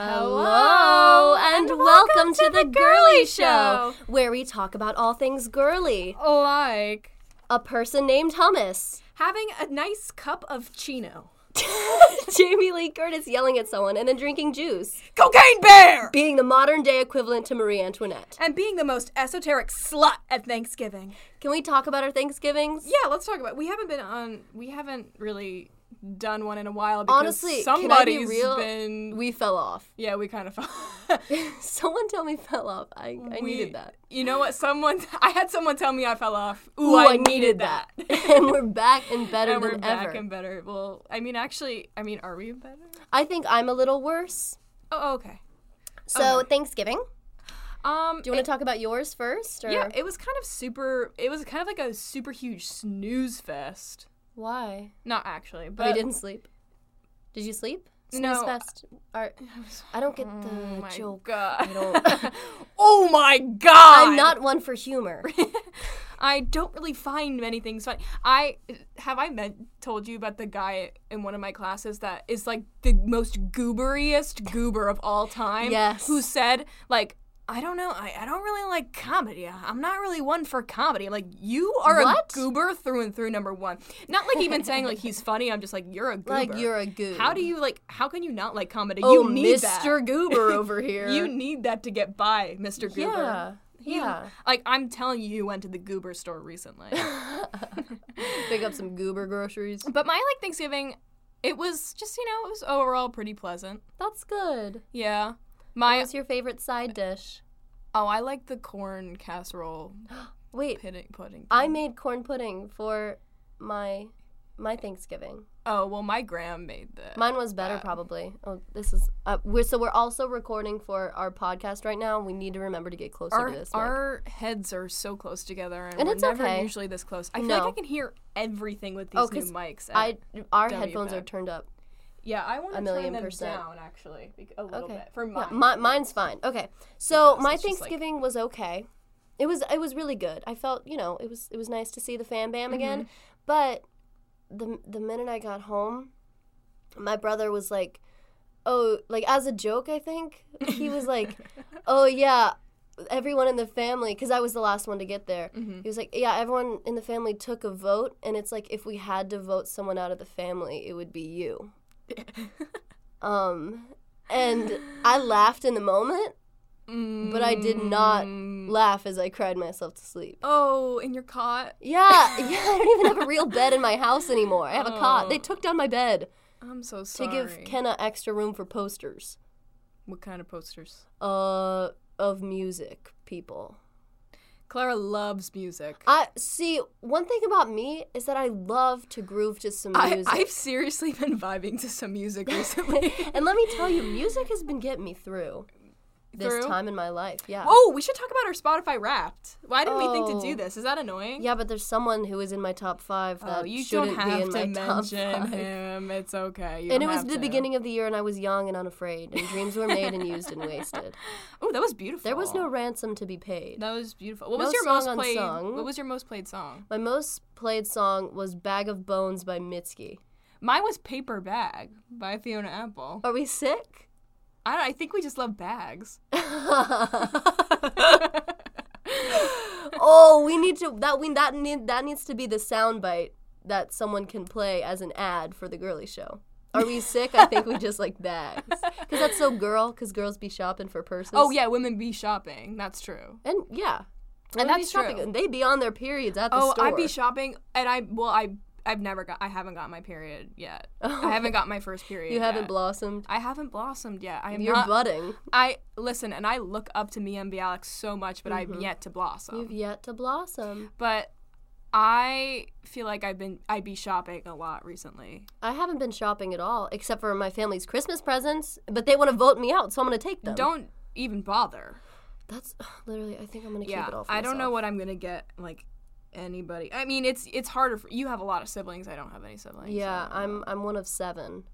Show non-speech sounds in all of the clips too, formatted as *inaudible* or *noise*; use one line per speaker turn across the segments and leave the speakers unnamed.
Hello, and, welcome, to, the Girly Show, where we talk about all things girly.
Like
A person named Hummus. *laughs*
having a nice cup of chino.
Jamie Lee Curtis yelling at someone and then drinking juice,
Cocaine bear!
being the modern day equivalent to Marie Antoinette.
And being the most esoteric slut at Thanksgiving.
Can we talk about our Thanksgivings?
Yeah, let's talk about We haven't been on, we haven't really done one in a while because
Honestly, can I be
somebody's
real?
been.
We fell off. *laughs*
yeah, we kind of.
Someone tell me fell off. I, I
we,
needed that.
You know what? Someone, I had someone tell me I fell off. Ooh,
Ooh,
I, needed that.
*laughs* and we're back and better
*laughs* and
than
we're back
ever.
and better. Well, I mean, actually, I mean, are we better?
I think I'm a little worse.
Oh, okay.
So, Thanksgiving.
Um,
Do you want to talk about yours first? Or
Yeah, it was kind of super. It was kind of like a super huge snooze fest.
why?
Not actually, but
I didn't sleep. Did you sleep?
Uh, No.
Snooze fest. Are- I don't get the
Oh my
joke.
god!
I don't.
*laughs* oh my god!
I'm not one for
*laughs*
humor.
I don't really find many things funny. I have I meant told you about the guy in one of my classes that is like the most gooberiest goober of all time.
Yes.
Who said like. I don't know. I, I don't really like comedy. I'm not really one for comedy. Like you are
What?
a goober through and through. Number one, not like even saying like he's funny. I'm just like you're a goober.
like you're a goob.
How do you like? How can you not like comedy?
Oh,
you need
Mr.
that.
Goober over here.
*laughs* You need that to get by, Mr. Goober.
*laughs* yeah.
You-
Yeah.
Like I'm telling you, you went to the Goober store recently.
*laughs* Pick up some goober
*laughs*
groceries.
but my like Thanksgiving, it was just you know it was overall pretty pleasant.
That's good.
Yeah. My
What's your favorite side dish?
oh I like the corn casserole
Wait,
pudding pudding.
I made corn pudding for my my Thanksgiving.
oh well my gram made that.
Mine was better,
Um,
probably. Oh, this is uh, we're so we're also recording for our podcast right now. We need to remember to get closer
our,
to this. mic.
our heads are so close together, and,
And
we're
it's
never
okay.
usually this close. I feel
No.
like I can hear everything with these
Oh,
new
'cause
mics.
I our
W
headphones
back.
are turned up.
Yeah, I want to
million
turn them
percent.
down actually bec- a little
Okay.
bit for
Yeah,
mine. *laughs*
mi- mine's fine. Okay. So
Because
my
it's just like-
Thanksgiving was okay. It was it was really good. I felt you know it was it was nice to see the fam
Mm-hmm.
bam again. But the the minute I got home, my brother was like, "Oh, like as a joke, I think he was
*laughs*
like, oh yeah." Everyone in the family, because I was the last one to get there.
Mm-hmm.
He was like, "Yeah, everyone in the family took a vote, and it's like if we had to vote someone out of the family, it would be you." um, and I laughed in the moment, but I did not
Mm.
laugh as I cried myself to sleep.
Oh, and you're caught.
Yeah, *laughs* yeah, I don't even have a real bed in my house anymore. I have a cot. They took down my bed
I'm so
to
Oh. sorry.
give Kenna extra room for posters
what kind of posters?
uh, of music people.
Clara loves music.
I see one thing about me is that I love to groove to some
I,
music.
*laughs* I've seriously been vibing to
*laughs*
some music recently.
and let me tell you, music has been getting me through this
Through?
time in my life. Yeah.
oh, we should talk about our Spotify Wrapped. Why did we think to
Oh.
do this? Is that annoying?
Yeah, but there's someone who is in my top five that
Oh, you don't
shouldn't be
have
in my
to
top
mention
five.
him. It's okay. You
And it
don't
was
have
the
to.
beginning of the year, and I was young and unafraid, and dreams were made and used and wasted.
Oh, that was beautiful.
There was no ransom to be paid.
That was beautiful. What
no
was your
song
most
on
played?
song.
What was your most played song?
My most played song was Bag of Bones by Mitski.
Mine was Paper Bag by Fiona Apple.
Are we sick? *laughs*
I, don't, I think we just love bags. *laughs*
oh, we need to that we that need that needs to be the soundbite that someone can play as an ad for the girly show. Are we sick? I think we just like bags. Because that's so girl, because girls be shopping for purses.
Oh yeah, women be shopping. That's true.
And yeah.
And
Women be
that's
shopping,
true.
And they be on their periods at the
Oh,
store.
I be shopping, and I well, I I've never got. I haven't got my period
*laughs*
yet. I haven't got my first period.
Oh. you haven't
yet.
blossomed.
I haven't blossomed yet. I am
You're
not.
budding.
I listen, and I look up to Mia and Bialik so much, but I've yet to blossom.
Mm-hmm. You've yet to blossom.
But I feel like I've been I be shopping a lot recently.
I haven't been shopping at all, except for my family's Christmas presents. But they want to vote me out, so I'm going to take them.
Don't even bother.
That's *sighs* literally. I think I'm going to keep it
Yeah,
all. For
I don't know
myself.
what I'm gonna get like anybody. I mean, it's it's harder. For, you have a lot of siblings. I don't have any siblings.
Yeah,
so-
I'm. I'm one of seven,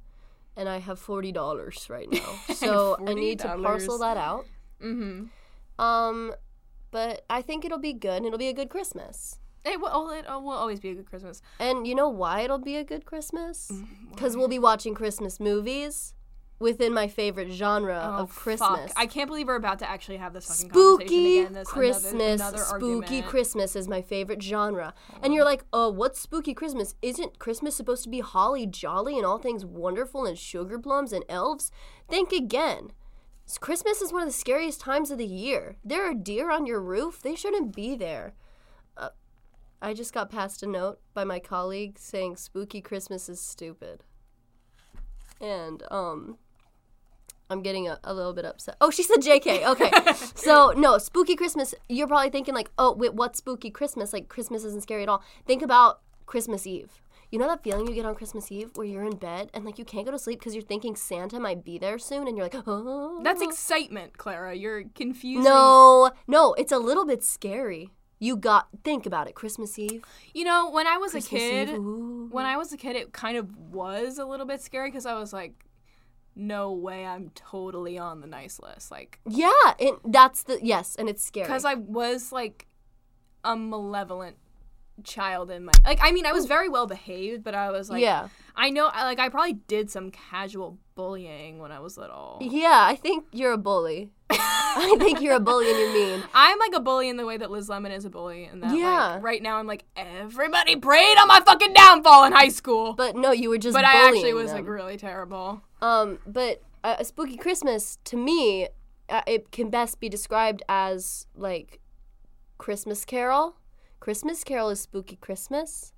and I have forty dollars
*laughs*
right now. So I need to parcel
$40.
that out.
Mhm.
Um, but I think it'll be good, and it'll be a good Christmas.
It will, oh, it will always be a good Christmas. Mm,
And you know why it'll be a good Christmas? Because we'll be watching Christmas movies. within my favorite genre
Oh,
of Christmas.
Fuck. I can't believe we're about to actually have this fucking
spooky
conversation again. This
Christmas.
another, another
spooky
argument.
Christmas is my favorite genre. And you're like, oh, what's spooky Christmas? Isn't Christmas supposed to be holly jolly and all things wonderful and sugar plums and elves? Think again. S- Christmas is one of the scariest times of the year. There are deer on your roof. They shouldn't be there. Uh, I just got passed a note by my colleague saying spooky Christmas is stupid. And um I'm getting a, a little bit upset. Oh, she said JK.
*laughs*
Okay. so, no, spooky Christmas. You're probably thinking, like, oh, wait, what's spooky Christmas? Like, Christmas isn't scary at all. Think about Christmas Eve. You know that feeling you get on Christmas Eve where you're in bed and, like, you can't go to sleep because you're thinking Santa might be there soon and you're like, oh.
That's excitement, Clara. You're confusing.
No, no, it's a little bit scary. You got, think about it. Christmas Eve.
You know, when I was
Christmas
a kid,
Eve. Ooh.
when I was a kid, it kind of was a little bit scary because I was like, no way, I'm totally on the nice list. Like,
Yeah, it, that's the, yes, and it's scary.
because I was like a malevolent child in my like I mean I was very well behaved but I was like
Yeah.
I know I like I probably did some casual bullying when I was little
Yeah, I think you're a
*laughs*
bully. I think you're a bully and you're mean.
I'm like a bully in the way that Liz Lemon is a bully and that
Yeah.
like right now I'm like everybody prayed on my fucking downfall in high school
But no, you were just.
but I actually
bullying
was
them.
like really terrible
Um, but uh, a spooky Christmas to me, uh, it can best be described as like Christmas Carol. Christmas Carol is spooky Christmas,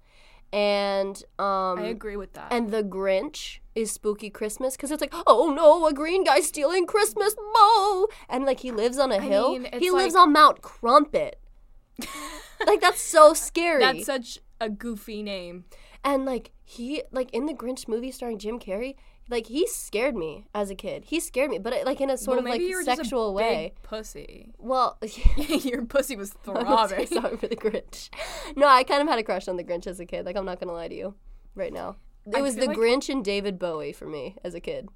and um,
I agree with that
and The Grinch is spooky Christmas because it's like, oh no, a green guy stealing Christmas mo, and like he lives on a hill.
mean, it's
he lives
like-
on Mount
*laughs*
Crumpet. like that's so scary.
that's such a goofy name
And like he like in the Grinch movie starring Jim Carrey, like he scared me as a kid. He scared me, but it, like in a sort
Well,
of
maybe you were
like
just a
sexual
big
way.
pussy *laughs*
Well, *laughs*
your pussy was *laughs*
I'm
throbbing
Oh, sorry for the Grinch. No, I kind of had a crush on the Grinch as a kid. Like I'm not gonna lie to you, right now. It
I
was
feel
the
like-
Grinch and David Bowie for me as a kid.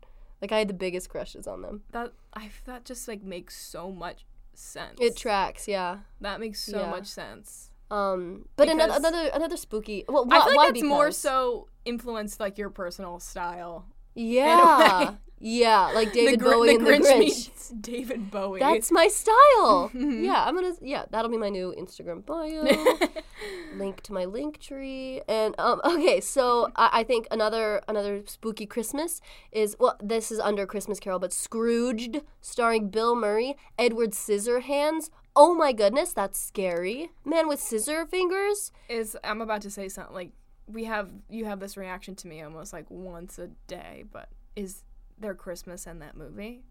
Like I had the biggest crushes on them.
That I that just like makes so much sense.
It tracks, yeah.
that makes so
yeah.
much sense.
Um, but another
Because-
another another spooky. Well, wh-
I feel
why
like that's more
because?
so influenced like your personal style.
Yeah, yeah. Like David
the, Gr-
Bowie
the
and
Grinch
the Grinch.
meets David Bowie. *laughs*
That's my style. yeah, I'm gonna. Yeah, that'll be my new Instagram
*laughs*
bio. link to my link tree, and um. *laughs* Okay, so I, I think another another spooky Christmas is well. This is under Christmas Carol, but Scrooged, starring Bill Murray, Edward Scissorhands. Oh my goodness, that's scary. Man with scissor fingers.
is I'm about to say something like we have you have this reaction to me almost like once a day, but is there Christmas in that movie?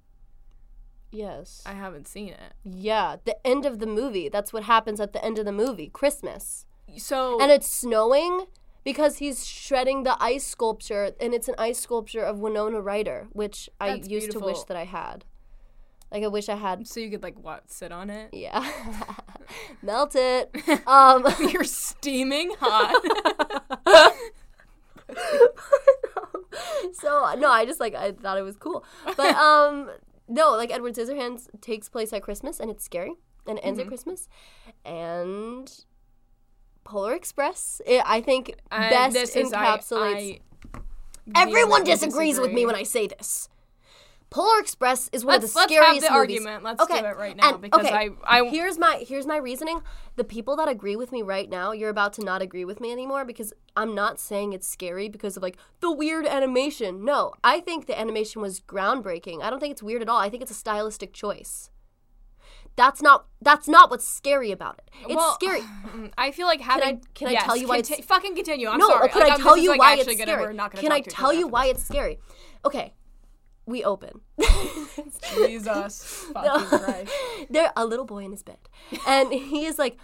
Yes.
I haven't seen it.
yeah, the end of the movie. That's what happens at the end of the movie. Christmas.
So
and it's snowing because he's shredding the ice sculpture and it's an ice sculpture of winona ryder which i
That's
used to wish
beautiful.
that i had like i wish i had
so you could like what sit on it.
yeah *laughs* melt it um
*laughs*
*laughs*
You're steaming hot.
so uh, no i just like i thought it was cool
*laughs*
but um no like edward scissorhands takes place at christmas and it's scary and it ends at
Mm-hmm.
christmas and polar express it, i think
I-
best
this is- I-
encapsulates
I
Everyone
vehemently
disagrees with me
disagree.
when I say this. Polar Express is one of
Let's-
the
let's have
scariest
the
movies.
argument. Let's do it right now,
and-
because
okay,
I- I-
here's my here's my reasoning. The people that agree with me right now, you're about to not agree with me anymore because I'm not saying it's scary because of like the weird animation. No, I think the animation was groundbreaking. I don't think it's weird at all. I think it's a stylistic choice. That's not that's not what's scary about it. It's
Well,
scary.
Mm, *sighs* I feel like having.
can I tell you why it's-
conti- fucking continue. I'm
no,
sorry.
or can
Like,
I
I'm-
tell
this is,
you
like,
why
actually
it's
gonna-
scary?
we're not gonna
can
talk
I
to each
tell
other
you
after
why it's scary? Okay, we open.
*laughs* this.
*laughs*
Jesus fucking Christ.
They're a little boy in his bed, and he is like,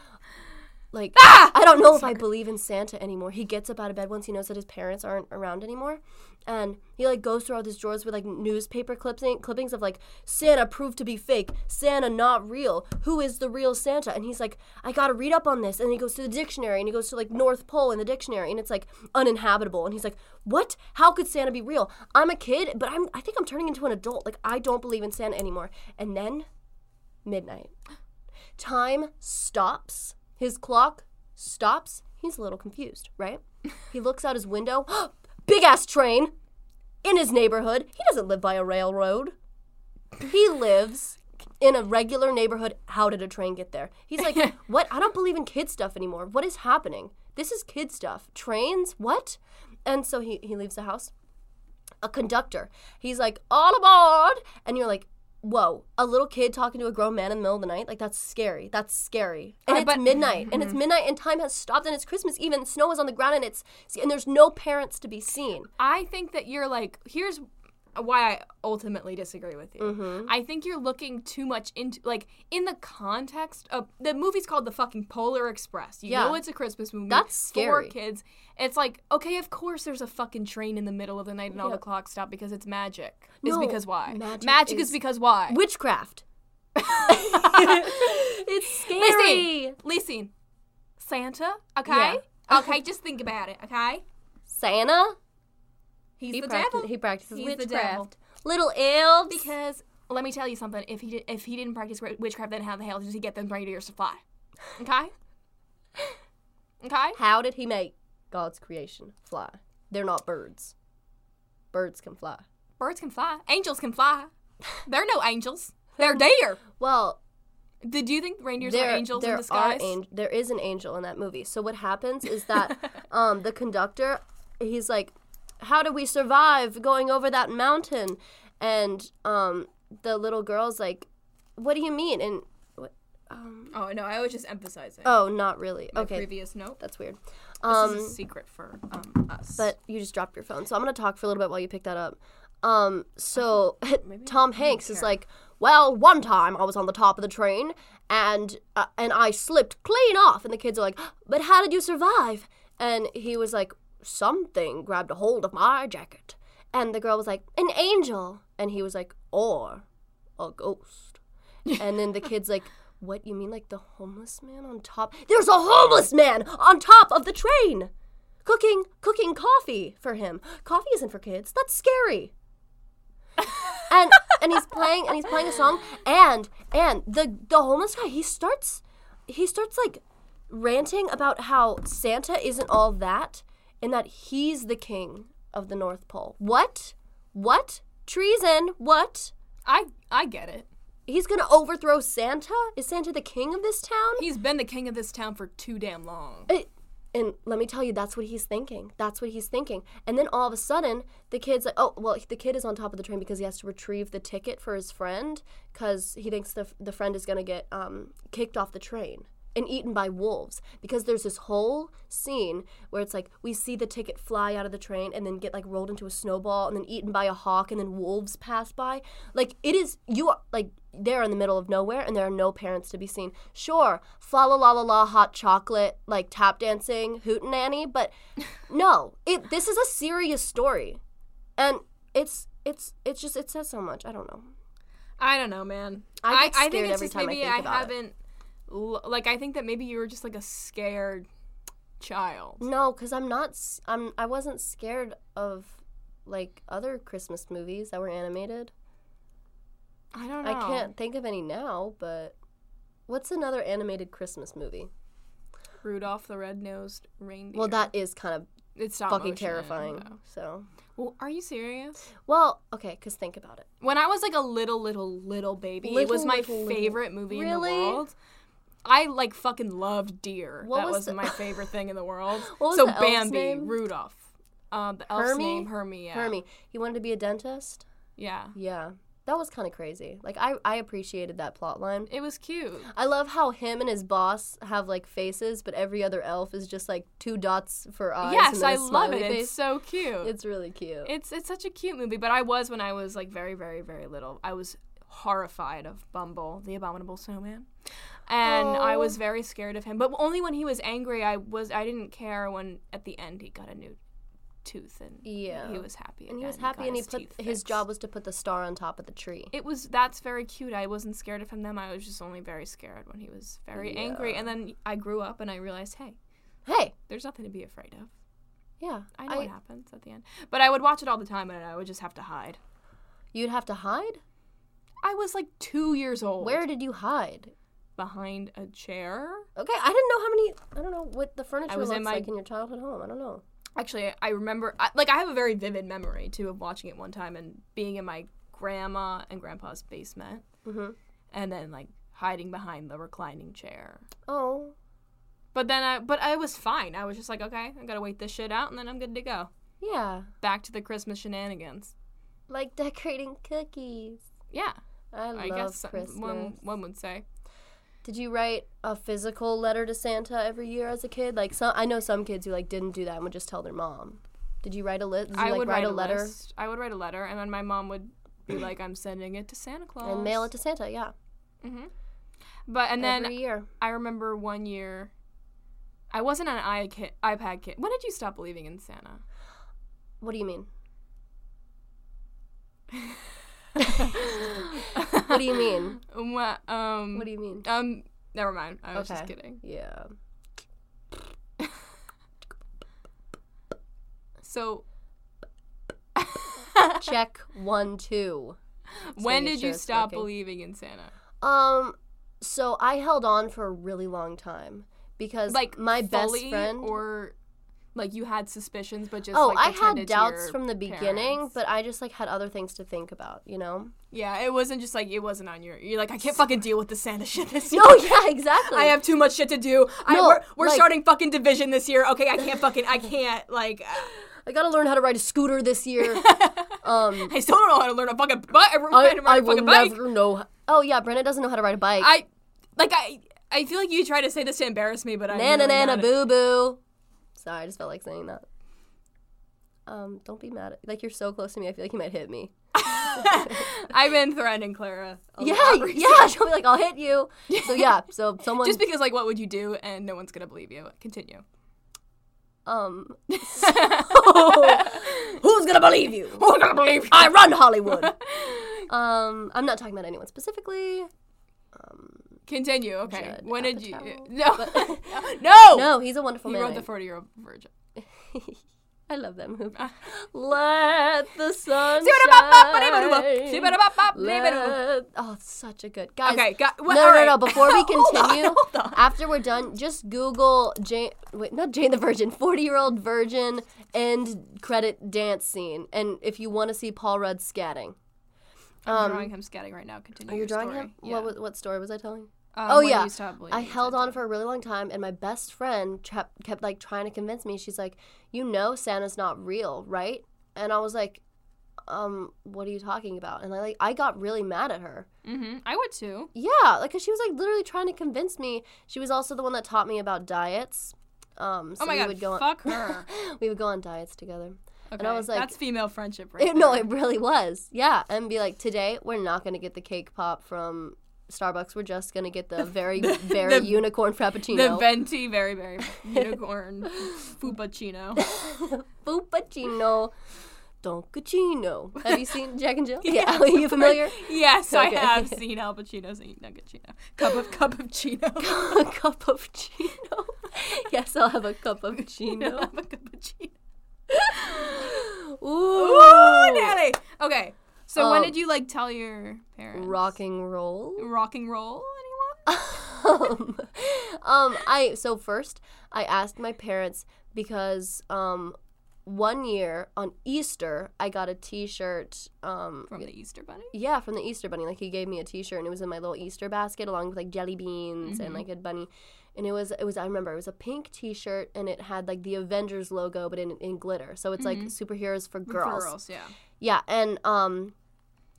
like I don't know if I believe in Santa anymore. He gets up out of bed once he knows that his parents aren't around anymore, and he like goes through all these drawers with like newspaper clipping, clippings of like Santa proved to be fake, Santa not real. Who is the real Santa? And he's like, I gotta read up on this, and he goes to the dictionary and he goes to like North Pole in the dictionary, and it's like uninhabitable, and he's like, what? How could Santa be real? I'm a kid, but I'm I think I'm turning into an adult. Like I don't believe in Santa anymore, and then midnight. Time stops. His clock *gasps* stops. He's a little confused, right? He looks out his window. Big ass train! in his neighborhood. He doesn't live by a railroad. He lives in a regular neighborhood. How did a train get there? He's like,
*laughs*
what? I don't believe in kid stuff anymore. What is happening? This is kid stuff. Trains? What? And so he, he leaves the house. A conductor. He's like, all aboard. And you're like, whoa, a little kid talking to a grown man in the middle of the night? Like, that's scary. That's scary. And
Uh,
it's
but-
midnight. And it's midnight and time has stopped and it's Christmas Eve and snow is on the ground and it's, and there's no parents to be seen.
I think that you're like here's why I ultimately disagree with you.
Mm-hmm.
I think you're looking too much into like in the context of the movie's called the fucking Polar Express. You
Yeah.
know it's a Christmas movie.
That's scary.
for kids. It's like okay, of course there's a fucking train in the middle of the night and all
Yeah.
the clocks stop because it's magic. Is
No,
because why?
magic
is,
is-
because why? *laughs*
Witchcraft. it's scary.
Listen, listen, Santa. Okay,
Yeah.
okay, just think about it. Okay,
Santa?
he's
he,
the
practi-
devil.
he practices
He's the devil.
witchcraft. Little elves.
Because let me tell you something. If he did, if he didn't practice wi- witchcraft, then how the hell did he get them reindeers to fly? Okay. Okay.
How did he make God's creation fly? They're not birds. Birds can fly.
Birds can fly. Angels can fly. They're no angels. They're deer.
Well,
Did you think reindeers
there,
are angels
there
in disguise?
Are an- there is an angel in that movie. So what happens is that
*laughs*
um, the conductor, he's like, "How do we survive going over that mountain?" And um, the little girl's like, "What do you mean?" And what, um,
oh no, I was just emphasizing.
oh, not really.
my
okay,
Previous note.
that's weird.
this is a
Um,
secret for um, us.
but you just dropped your phone, so I'm gonna talk for a little bit while you pick that up. Um, so *laughs* Tom Hanks is like, "Well, one time I was on the top of the train and uh, and I slipped clean off," and the kids are like, "But how did you survive?" And he was like, "Something grabbed a hold of my jacket," and the girl was like, "An angel," and he was like, "Or a ghost," and then the kids like. What you mean, like the homeless man on top? There's a homeless man on top of the train cooking cooking coffee for him. Coffee isn't for kids. That's scary. and and he's playing and he's playing a song and and the the homeless guy he starts he starts like ranting about how Santa isn't all that and that he's the king of the North Pole. What? What? Treason? What?
I I get it.
He's gonna overthrow Santa? Is Santa the king of this town?
He's been the king of this town for too damn long.
it, Eh, and let me tell you, that's what he's thinking. That's what he's thinking. And then all of a sudden, the kid's like, oh, well, the kid is on top of the train because he has to retrieve the ticket for his friend because he thinks the, the friend is going to get um, kicked off the train and eaten by wolves because there's this whole scene where it's like we see the ticket fly out of the train and then get like rolled into a snowball and then eaten by a hawk and then wolves pass by like it is you are like they're in the middle of nowhere and there are no parents to be seen sure fa la la la la hot chocolate like tap dancing hootenanny but no it this is a serious story and it's it's it's just it says so much i don't know
I don't know, man.
I get
I,
scared
think it's
every
just
time I
maybe
think
I,
about it.
haven't l- like I think that maybe you were just like a scared child.
No, because I'm not. s- I'm. I wasn't scared of like other Christmas movies that were animated.
I don't know.
I can't think of any now. But what's another animated Christmas movie?
Rudolph the Red-Nosed Reindeer.
Well, that is kind of
it's stop
fucking
motion,
terrifying.
though.
So,
Well, are you serious?
well, okay, because think about it.
When I was like a little, little, little baby, it was
Little,
my
little, little.
favorite movie
Really?
in the world. I like fucking loved deer.
What
that
was
was,
the- *laughs*
my favorite thing in the world.
What was
so
the elf's
Bambi,
name?
Rudolph, um, the elf's
Hermie?
name Hermie. Yeah.
Hermie, he wanted to be a dentist.
Yeah.
Yeah, that was kind of crazy. Like I, I appreciated that plot line.
It was cute.
I love how him and his boss have like faces, but every other elf is just like two dots for eyes.
yes,
and then a
I love
smiley
it.
Face.
It's so cute.
It's really cute.
It's it's such a cute movie, but I was when I was like very very very little. I was horrified of Bumble, the abominable snowman. And I
Oh.
was very scared of him, but only when he was angry. I was I didn't care when at the end he got a new tooth and
Yeah.
he was happy.
and he was
again.
happy
got
and he
his
put
teeth
his
fixed.
job was to put the star on top of the tree
It was that's very cute. I wasn't scared of him then. I was just only very scared when he was very angry.
Yeah.
And then I grew up and I realized, hey,
hey
there's nothing to be afraid of.
yeah
I know what happens at the end. But I would watch it all the time and I would just have to hide.
you'd have to hide
I was like two years old.
where did you hide
Behind a chair.
okay i didn't know how many i don't know what the furniture
was
looks
in my-
like in your childhood home i don't know
actually i remember I, like i have a very vivid memory too of watching it one time and being in my grandma and grandpa's basement
hmm
and then like hiding behind the reclining chair
Oh,
but then i but i was fine i was just like okay i gotta wait this shit out and then i'm good to go
yeah,
back to the christmas shenanigans
like decorating cookies.
yeah
I love
i guess some-
Christmas.
one one would say
Did you write a physical letter to Santa every year as a kid? Like some, I know some kids who like didn't do that and would just tell their mom. Did you write a list?
i
like,
would write, a
letter
list. i would write a letter and then my mom would be like i'm sending it to santa claus
*clears throat* and mail it to Santa. Yeah,
but and then
every year.
I remember one year, I wasn't an i ki- iPad kid. When did you stop believing
*laughs*
in Santa?
What do you
*laughs*
mean?
what
do you
*laughs*
mean?
What, um,
What do you
*laughs*
mean?
um, never mind. I was just
Okay.
kidding.
Yeah.
So,
Check one two.
when
making
did
sure
you
it's
stop
working.
believing in Santa?
Um, so I held on for a really long time because
Like
my best
fully,
friend.
or like you had suspicions, but just
oh,
like,
I
pretended
had
to
doubts
your
from the beginning,
parents?
but I just like had other things to think about. You
*laughs*
know?
yeah, it wasn't just like it wasn't on your. You're like I can't fucking deal with the Santa shit this year.
*laughs* No, yeah, exactly.
I have too much shit to do. I,
No,
we're we're
like-
starting fucking division this year. Okay, I can't fucking. I can't. Like, uh,
I gotta learn how to ride a scooter
*laughs*
this year. um,
I still don't know how to learn a fucking. But
I,
I,
I will
fucking bike.
never know. h- Oh yeah, Brenna doesn't know how to ride a bike.
I like I. I feel like you try to say this to embarrass me, but I.
Nana
really
nana
not-
boo boo. Sorry, I just felt like saying that. Um, don't be mad. At, like you're so close to me, I feel like you might hit me.
I've been threatening Clara.
*laughs*
a
yeah,
lot recently.
yeah. She'll be like, I'll hit you. So
*laughs*
yeah, so someone
Just because, like, what would you do? And no one's gonna believe you.
*laughs*
Continue. *laughs*
um,
Who's
who's gonna believe you?
gonna believe you?
Oh. I run Hollywood.
*laughs*
um, I'm not talking about anyone specifically.
Continue. Okay.
Judd
when did you?
Apatow.
*laughs* No.
But-
*laughs* no.
No, he's a wonderful
Oh, He
man.
wrote the
I-
forty-year-old
*laughs*
virgin.
I love that movie. Let the
*laughs*
sun shine. Let- Oh, it's such a good guys.
Okay, got,
No,
well,
no,
all
no,
right.
no. Before we
*laughs* Hold on,
continue, um,
hold on.
after we're done, just Google Jane. Wait, not Jane the Virgin. Forty-year-old virgin end credit dance scene, and if you want to see Paul Rudd scatting,
I'm drawing him scatting right now. Continue.
are you
your
drawing
story.
him?
Yeah.
What was, what story was I telling?
Um,
Oh
when
yeah,
you stopped believing
I
in
held
Santa.
on for a really long time, and my best friend tra- kept like trying to convince me. She's like, "You know, Santa's not real, right?" And I was like, "Um, what are you talking about?" And I like, I got really mad at her.
Mhm. I would too.
Yeah, like, cause she was like literally trying to convince me. She was also the one that taught me about diets. Um, so
oh my
we
god.
would go on, *laughs*
fuck her.
we would go on diets together. *laughs*
Okay.
I was like-
that's female
*laughs*
friendship, right?
It- no,
there.
it really was. Yeah, and be like, today we're not gonna get the cake pop from Starbucks. We're just gonna get
*laughs*
the very, very
the-
unicorn
the
frappuccino.
venti,
*laughs*
very very unicorn fuppuccino.
Fuppuccino. Doncuccino. Have you seen Jack and Jill? *laughs* yeah. Are you *laughs* familiar?
*laughs* yes,
Okay.
I have seen Al Pacino's eat nugget chino. Cup of cup of
*laughs*
chino.
a cup of chino. yes, I'll have a cup of
I'll
*laughs* chino.
*laughs* have a cup of chino.
Ooh.
Ooh, Nelly. Okay. So when
Um,
did you like tell your parents?
Rocking roll.
Rocking roll. Anyone?
um, um, I so first I asked my parents because um, one year on Easter I got a T-shirt. Um,
From the Easter Bunny.
yeah, from the Easter bunny. Like he gave me a T-shirt and it was in my little Easter basket along with like jelly beans
Mm-hmm.
and like a bunny. And it was it was I remember it was a pink T-shirt and it had like the Avengers logo but in in glitter. So it's like superheroes for girls.
Mm-hmm. Girls. Yeah.
Yeah, and um,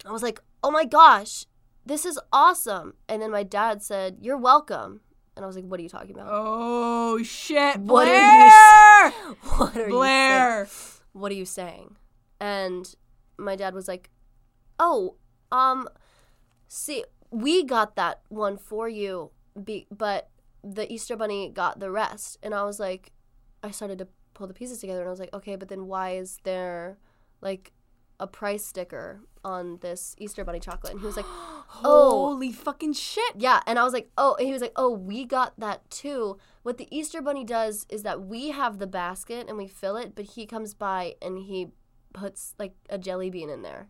I was like, "Oh my gosh, this is awesome!" And then my dad said, "You're welcome." And I was like, "What are you talking about?
Oh shit,
What
Blair!
are *laughs* what are you saying?
Oh. *gasps* Blair,
What are you saying?" And my dad was like, "Oh, um, see, we got that one for you, be- but the Easter Bunny got the rest." And I was like, I started to pull the pieces together, and I was like, "Okay, but then why is there like?" A price sticker on this Easter Bunny chocolate, and he was like,
holy fucking shit!
Yeah, and I was like, oh, and he was like, oh, we got that too. What the Easter Bunny does is that we have the basket and we fill it, but he comes by and he puts like a jelly bean in there.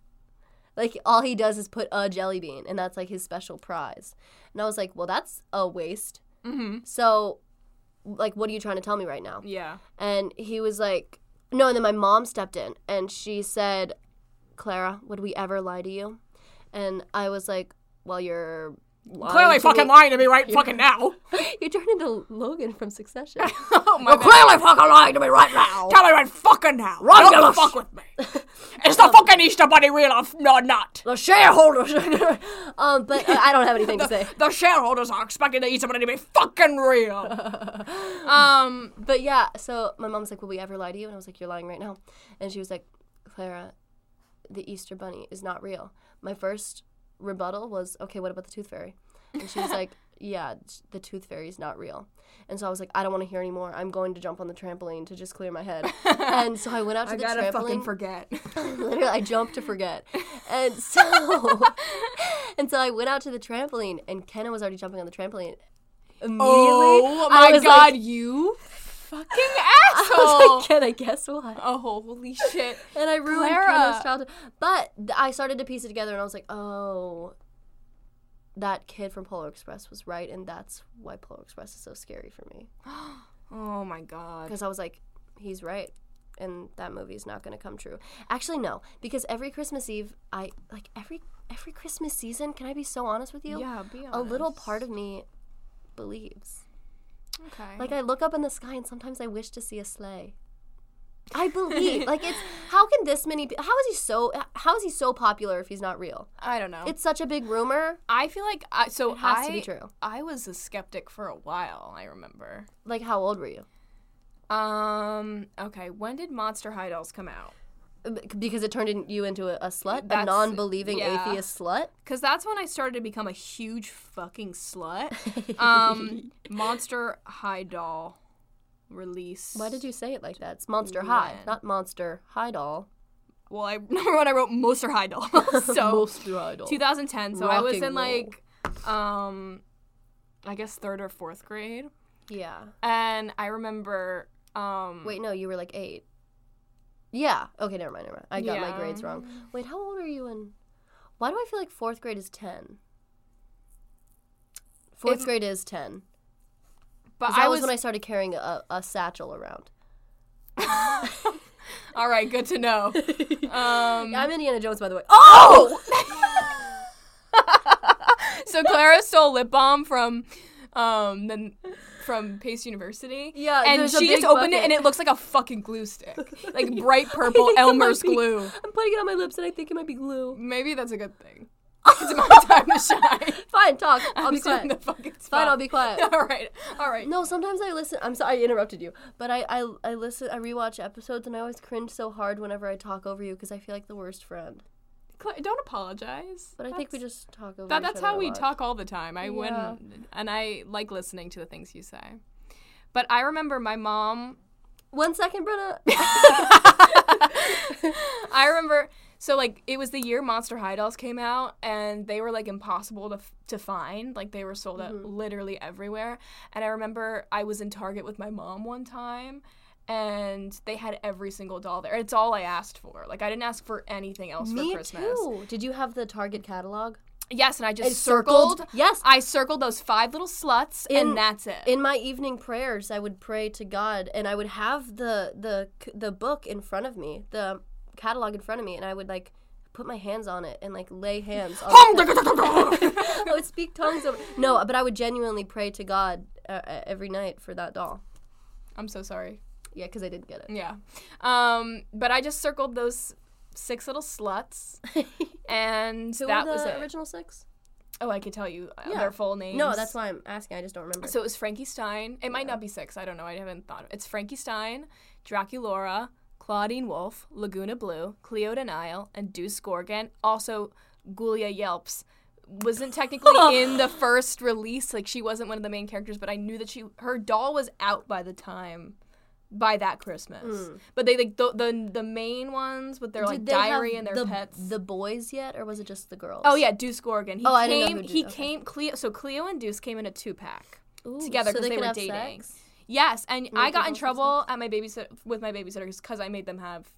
Like all he does is put a jelly bean, and that's like his special prize. And I was like, well, that's a waste.
Mm-hmm.
So, like, what are you trying to tell me right now?
Yeah,
And he was like, No, and then my mom stepped in and she said, Clara, would we ever lie to you? And I was like, Well, you're lying
Clearly
to
fucking
me.
lying to me right fucking now.
*laughs* You turned into Logan from *laughs* Succession.
oh my god.
Clearly fucking lying to me right now.
Tell me right fucking now. Don't
Romulus.
fuck with
*laughs*
me. It's the fucking Easter Bunny real or no, not.
The shareholders. *laughs* um, but I I don't have *laughs* anything to say.
The shareholders are expecting the Easter Bunny to be fucking real.
*laughs*
um,
But yeah, so my mom's like, "Will we ever lie to you?" And I was like, "You're lying right now." And she was like, "Clara, the Easter Bunny is not real." My first rebuttal was, "Okay, what about the Tooth Fairy?" And she was *laughs* like, "Yeah, sh- the Tooth Fairy is not real." And so I was like, "I don't want to hear anymore. I'm going to jump on the trampoline to just clear my *laughs* head." and so I went out to
I
the
gotta
trampoline. *laughs*
fucking forget. *laughs*
Literally, I jumped to forget. And so, *laughs* and so I went out to the trampoline, and Kenna was already jumping on the trampoline. Immediately,
Oh
I
my
was
god,
like-
you *laughs* fucking
*laughs* I was
asshole!
like, Kenna, guess what?
oh holy shit!
And I ruined
Clara.
Kenna's childhood. But th- I started to piece it together, and I was like, oh, that kid from Polar Express was right, and that's why Polar Express is so scary for me.
Oh my god.
Because I was like, he's right, and that movie's not going to come true. Actually, no, because every Christmas Eve, I like every every Christmas season. Can I be so honest with you?
Yeah, be honest.
a little part of me believes.
Okay.
Like I look up in the sky and sometimes I wish to see a sleigh.
*laughs*
I believe. like it's how can this many pe- how is he so how is he so popular if he's not real?
I don't know.
It's such a big rumor.
I feel like I, so.
It has
I
to be true.
I was a skeptic for a while. I remember.
Like how old were you?
Um. Okay. When did Monster High Dolls come out?
Because it turned in, you into a, a slut, a
That's-
non-believing
yeah.
atheist slut. *laughs*
Because that's when I started to become a huge fucking slut.
*laughs*
Um, Monster High Doll release.
Why did you say it like that? It's Monster High,
When?
not Monster High *laughs* doll.
Well, I *laughs* remember when I wrote Monster High Doll. *laughs* so
Monster High doll.
2010. So I
Rock
was
and
in
roll.
like, um, I guess third or fourth grade,
Yeah.
and I remember. Um,
Wait, no, you were like eight. Yeah. Okay, never mind, never mind. I got
Yeah.
my grades wrong. Wait, how old are you in? Why do I feel like fourth grade is 10? Fourth
If-
grade is 10.
but
'Cause That
I
was,
was.
when I started carrying a, a satchel *laughs* around. *laughs*
*laughs* All right, good to know. Um,
I'm Indiana Jones, by the way. Oh!
so Clara stole lip balm from um then from Pace University.
*laughs* Yeah,
and
there's a
she just
big
opened it
bucket.
and it looks like a fucking
*laughs*
glue stick, like bright purple Elmer's glue.
I'm putting it on my lips and I think it might be glue.
Maybe that's a
*laughs*
good thing. It's my time to shine.
Fine, *laughs* talk. I'll
I'm *laughs*
be
still in
quiet.
the fucking
Fine,
spot.
I'll be quiet.
*laughs* all right, all right.
No, sometimes I listen. I'm sorry I interrupted you, but I, I I listen. I rewatch episodes, and I always cringe so hard whenever I talk over you because I feel like the worst friend.
Cla- don't apologize.
But I think we
That's-
just talk over.
that,
each
that's
other
how
a
we
lot.
talk all the time. I
Yeah.
wouldn't, and I like listening to the things you say. But I remember my mom
One second,
*laughs*
Brenna.
I remember. So like it was the year Monster High Dolls came out, and they were like impossible to f- to find. Like they were sold out literally everywhere. And I remember I was in Target with my mom one time, and they had every single doll there. It's all I asked for. Like I didn't ask for anything else
Me
for Christmas.
too. Did you have the Target catalog?
Yes, and I just
It
circled.
circled- yes.
I circled those five little sluts,
In-
and that's it.
In my evening prayers, I would pray to God, and I would have the the c- the book in front of me, the catalog in front of me, and I would like put my hands on it and like lay hands on. the *laughs* I would speak tongues over. No, but I would genuinely pray to God uh, uh, every night for that doll.
I'm so sorry.
Yeah, because I didn't get it.
Yeah. Um, but I just circled those six little sluts, *laughs* and
Who
that
were the
was it.
original six?
oh, I could tell you uh,
Yeah.
their full names.
No, that's why I'm asking. I just don't remember.
So it was Frankie Stein. It might not be six. I don't know. I haven't thought. Of it. It's Frankie Stein, Draculaura, Claudine Wolf, Laguna Blue, Cleoda Nile, and Deuce Gorgon. Also, Gulia Yelps
*laughs*
wasn't technically in the first release. Like she wasn't one of the main characters, but I knew that she her doll was out by the time. By that Christmas, but they like the, the the main ones with their like
Hmm. Did they have
diary and their
the,
pets.
The boys yet, or was it just the girls?
Oh yeah, Deuce Gorgon. He
Oh,
came,
I didn't know who
He
Deuce- okay.
came. Cleo. So Cleo and Deuce came in a two pack
Ooh,
together
so
because they,
could
were
have
dating.
sex?
Yes, and I
Make
got in
themselves have *laughs*
trouble at my babysit with my babysitters because I made them have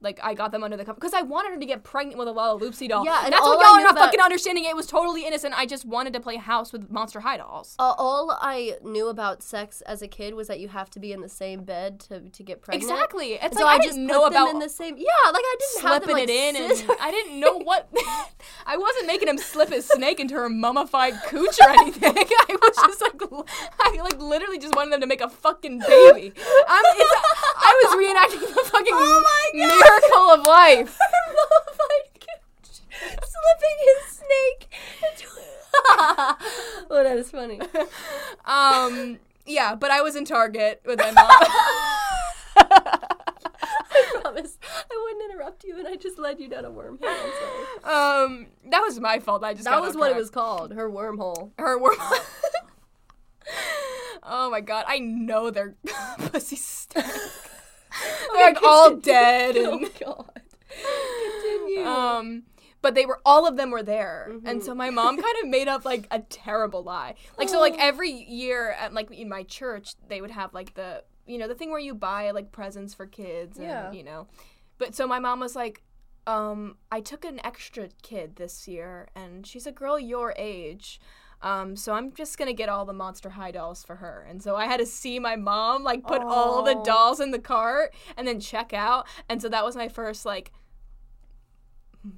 like I got them under the cover because I wanted her to get pregnant with a Loopsy doll.
Yeah, and
that's
all
what
I
y'all are
knew
not
about-
fucking understanding. It was totally innocent. I just wanted to play house with Monster High dolls.
Uh, all I knew about sex as a kid was that you have to be in the same bed to, to get pregnant.
Exactly. It's
so
like I,
I, just
didn't know
put
about
them in the same. Yeah, like I didn't have them,
slipping
like,
it in,
scissor-
and I didn't know what. I wasn't making him slip his snake into her mummified cooch or anything. *laughs* I was just like, l- I like literally just wanted them to make a fucking baby. I'm, it's, I was reenacting the fucking
Oh
miracle of life.
*laughs* slipping his snake. Into... *laughs* well, that was
*laughs*
funny. *laughs*
Uh. Um, yeah, but I was in Target with my
*laughs*
mom.
I promise I wouldn't interrupt you, and I just led you down a wormhole. I'm
*laughs*
sorry.
um, that was my fault. I just
That
got
was
off
what it
track.
was called. Her wormhole.
her wormhole. *laughs* oh my god, I know they're *laughs*
*laughs*
pussy stank. They're like all dead and
Oh God. Continue.
um but they were all of them were there. And
Mm-hmm.
so my mom kind of made up like a terrible lie. Like so
Oh.
like every year at like in my church they would have like the you know the thing where you buy like presents for kids and
Yeah.
you know. But so my mom was like um I took an extra kid this year and she's a girl your age. Um, so I'm just gonna get all the Monster High dolls for her, and so I had to see my mom like put all the
Aw.
dolls in the cart and then check out, and so that was my first like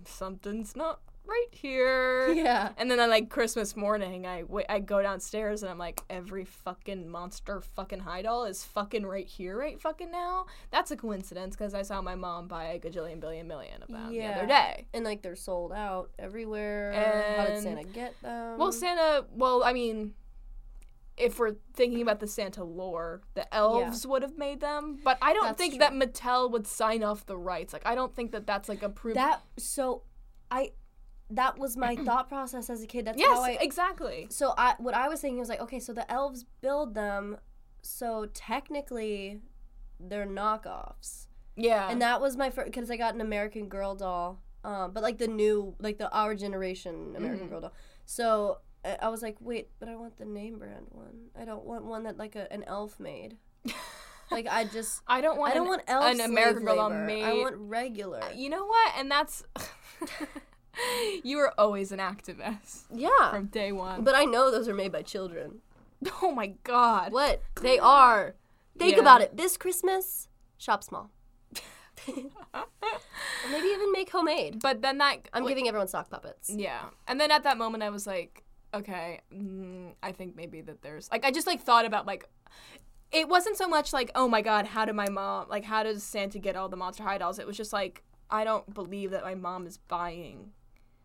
something's not right here.
*laughs* yeah.
And then on like Christmas morning, I wa- I go downstairs and I'm like, every fucking monster fucking high doll is fucking right here right fucking now. That's a coincidence because I saw my mom buy a gajillion billion million of them the
Yeah.
other day.
And like they're sold out everywhere. How did
And-
Santa get them?
Well, Santa. Well, I mean, if we're thinking about the Santa lore, the elves would have made them, but I don't
That's
think
true.
that Mattel would sign off the rights. Like, I don't think that that's like approved.
that so, I, that was
*clears throat*
my thought process as a kid. That's
yes,
how I.
exactly.
so I, what I was thinking was like, okay, so the elves build them, so technically, they're knockoffs.
Yeah.
And that was my first because I got an American Girl doll, um, but like the new, like the our generation American
Mhm.
Girl doll. So I, I was like, wait, but I want the name brand one. I don't want one that like a, an elf
*laughs*
made. like I just,
I don't want.
I don't
an-
want elf.
an
slave
American Girl doll
labor. I
made-
want regular.
*laughs* You know what? And that's. *laughs* you were always an activist
Yeah,
from day one.
but I know those are made by children.
*laughs* oh my god.
What they are. Think
Yeah.
about it. This Christmas, shop small. Or maybe even make homemade.
But then that.
I'm
like-
giving everyone sock puppets.
Yeah. And then at that moment, I was like, okay, mm, I think maybe that there's. Like, I just like thought about like. It wasn't so much like, oh my god, how did my mom. Like, how does Santa get all the Monster High dolls? It was just like, I don't believe that my mom is buying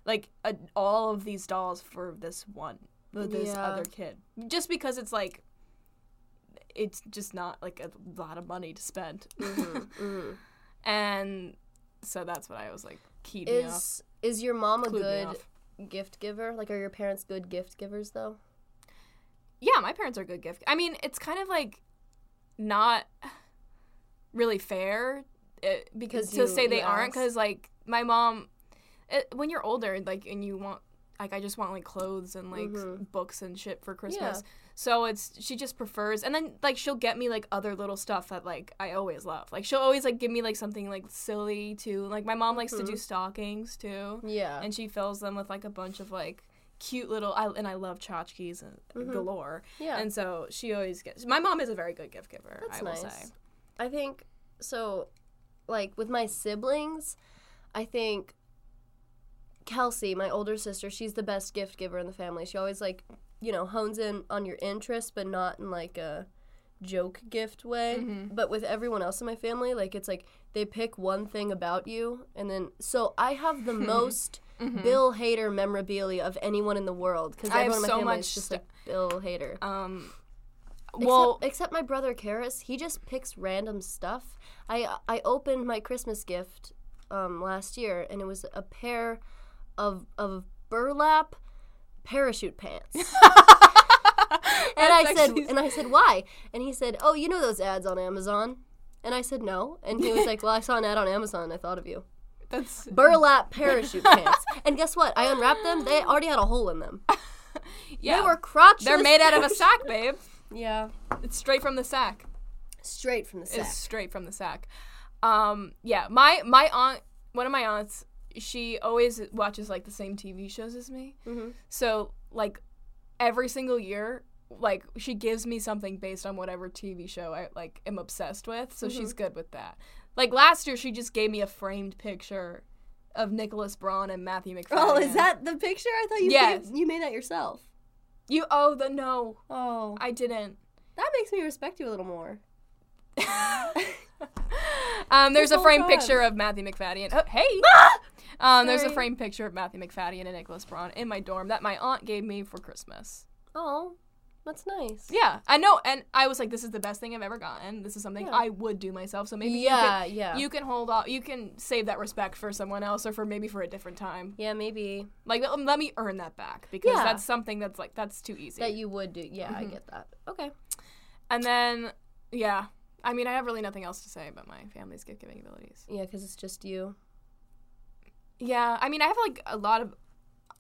like a, all of these dolls for this one for this
Yeah.
other kid just because it's like it's just not like a lot of money to spend
Mm.
*laughs* and so that's what i was like keyed me off
Is is your mom a
clued me
good
off.
gift giver? Like, are your parents good gift givers though?
yeah my parents are good gift i mean it's kind of like not really fair uh,
Because
to
you-
say they
you
aren't
asked.
because like my mom it, when you're older like and you want like i just want like clothes and like s-
Mhm.
books and shit for christmas so it's she just prefers and then like she'll get me like other little stuff that like i always love like she'll always like give me like something like silly too like my mom likes to
Mhm.
do stockings too
Yeah.
and she fills them with like a bunch of like cute little I, and i love tchotchkes and
Mhm.
galore
yeah.
and so she always gets my mom is a very good gift giver
That's
i will
nice.
say
I think so. Like with my siblings, I think Kelsey, my older sister, she's the best gift giver in the family. She always like you know hones in on your interests, but not in like a joke gift way.
Mhm.
But with everyone else in my family, like it's like they pick one thing about you, and then so I have
*laughs*
the most. Bill Hader memorabilia of anyone in the world because
Mm-hmm. I have
everyone in my
so
family
much
is just
stu-
like Bill Hader.
um
Except-
well
except, my brother Karis, he just picks random stuff. I I opened my Christmas gift um, last year, and it was a pair of of burlap parachute
*laughs*
pants. and I
That's
said,
actually-
and I said, why? And he said, oh, you know those ads on Amazon. And I said no, and he was like, "Well, I saw an ad on Amazon. and I thought of you."
that's
Burlap
*laughs*
parachute pants, and guess what? I unwrapped them. They already had a hole in them.
yeah
They were crotchless.
they're made out of a sack babe
yeah,
it's straight from the sack
straight from the sack.
it's straight from the sack Um, yeah, my my aunt, one of my aunts, she always watches like the same TV shows as me.
Mhm.
So like every single year, like she gives me something based on whatever TV show I like am obsessed with.
Mm-hmm.
So she's good with that. Like last year, she just gave me a framed picture of Nicholas Braun and Matthew McFadden.
*laughs* Oh, is that the picture? I thought you
Yes.
made, you made that yourself.
you? Oh, the no,
Oh,
I
*laughs*
didn't.
that makes me respect you a little *laughs* more.
Um, there's
This
a
whole
framed
time.
picture of Matthew McFadden. Oh, hey.
Ah!
Um, there's a
Sorry.
framed picture of Matthew McFadden and Nicholas Braun in my dorm that my aunt gave me for Christmas.
Oh, that's nice.
Yeah, I know, and I was like, "This is the best thing I've ever gotten. This is something
Yeah.
I would do myself." So maybe
yeah,
you can,
yeah.
you can hold off. You can save that respect for someone else, or for maybe for a different time.
yeah, maybe
Like, let, let me earn that back because
Yeah.
that's something that's like that's too easy.
that you would do. Mm-hmm. Yeah, I get that. Okay.
and then, yeah, I mean, I have really nothing else to say about my family's gift giving abilities.
Yeah, because it's just you.
Yeah, I mean, I have like a lot of,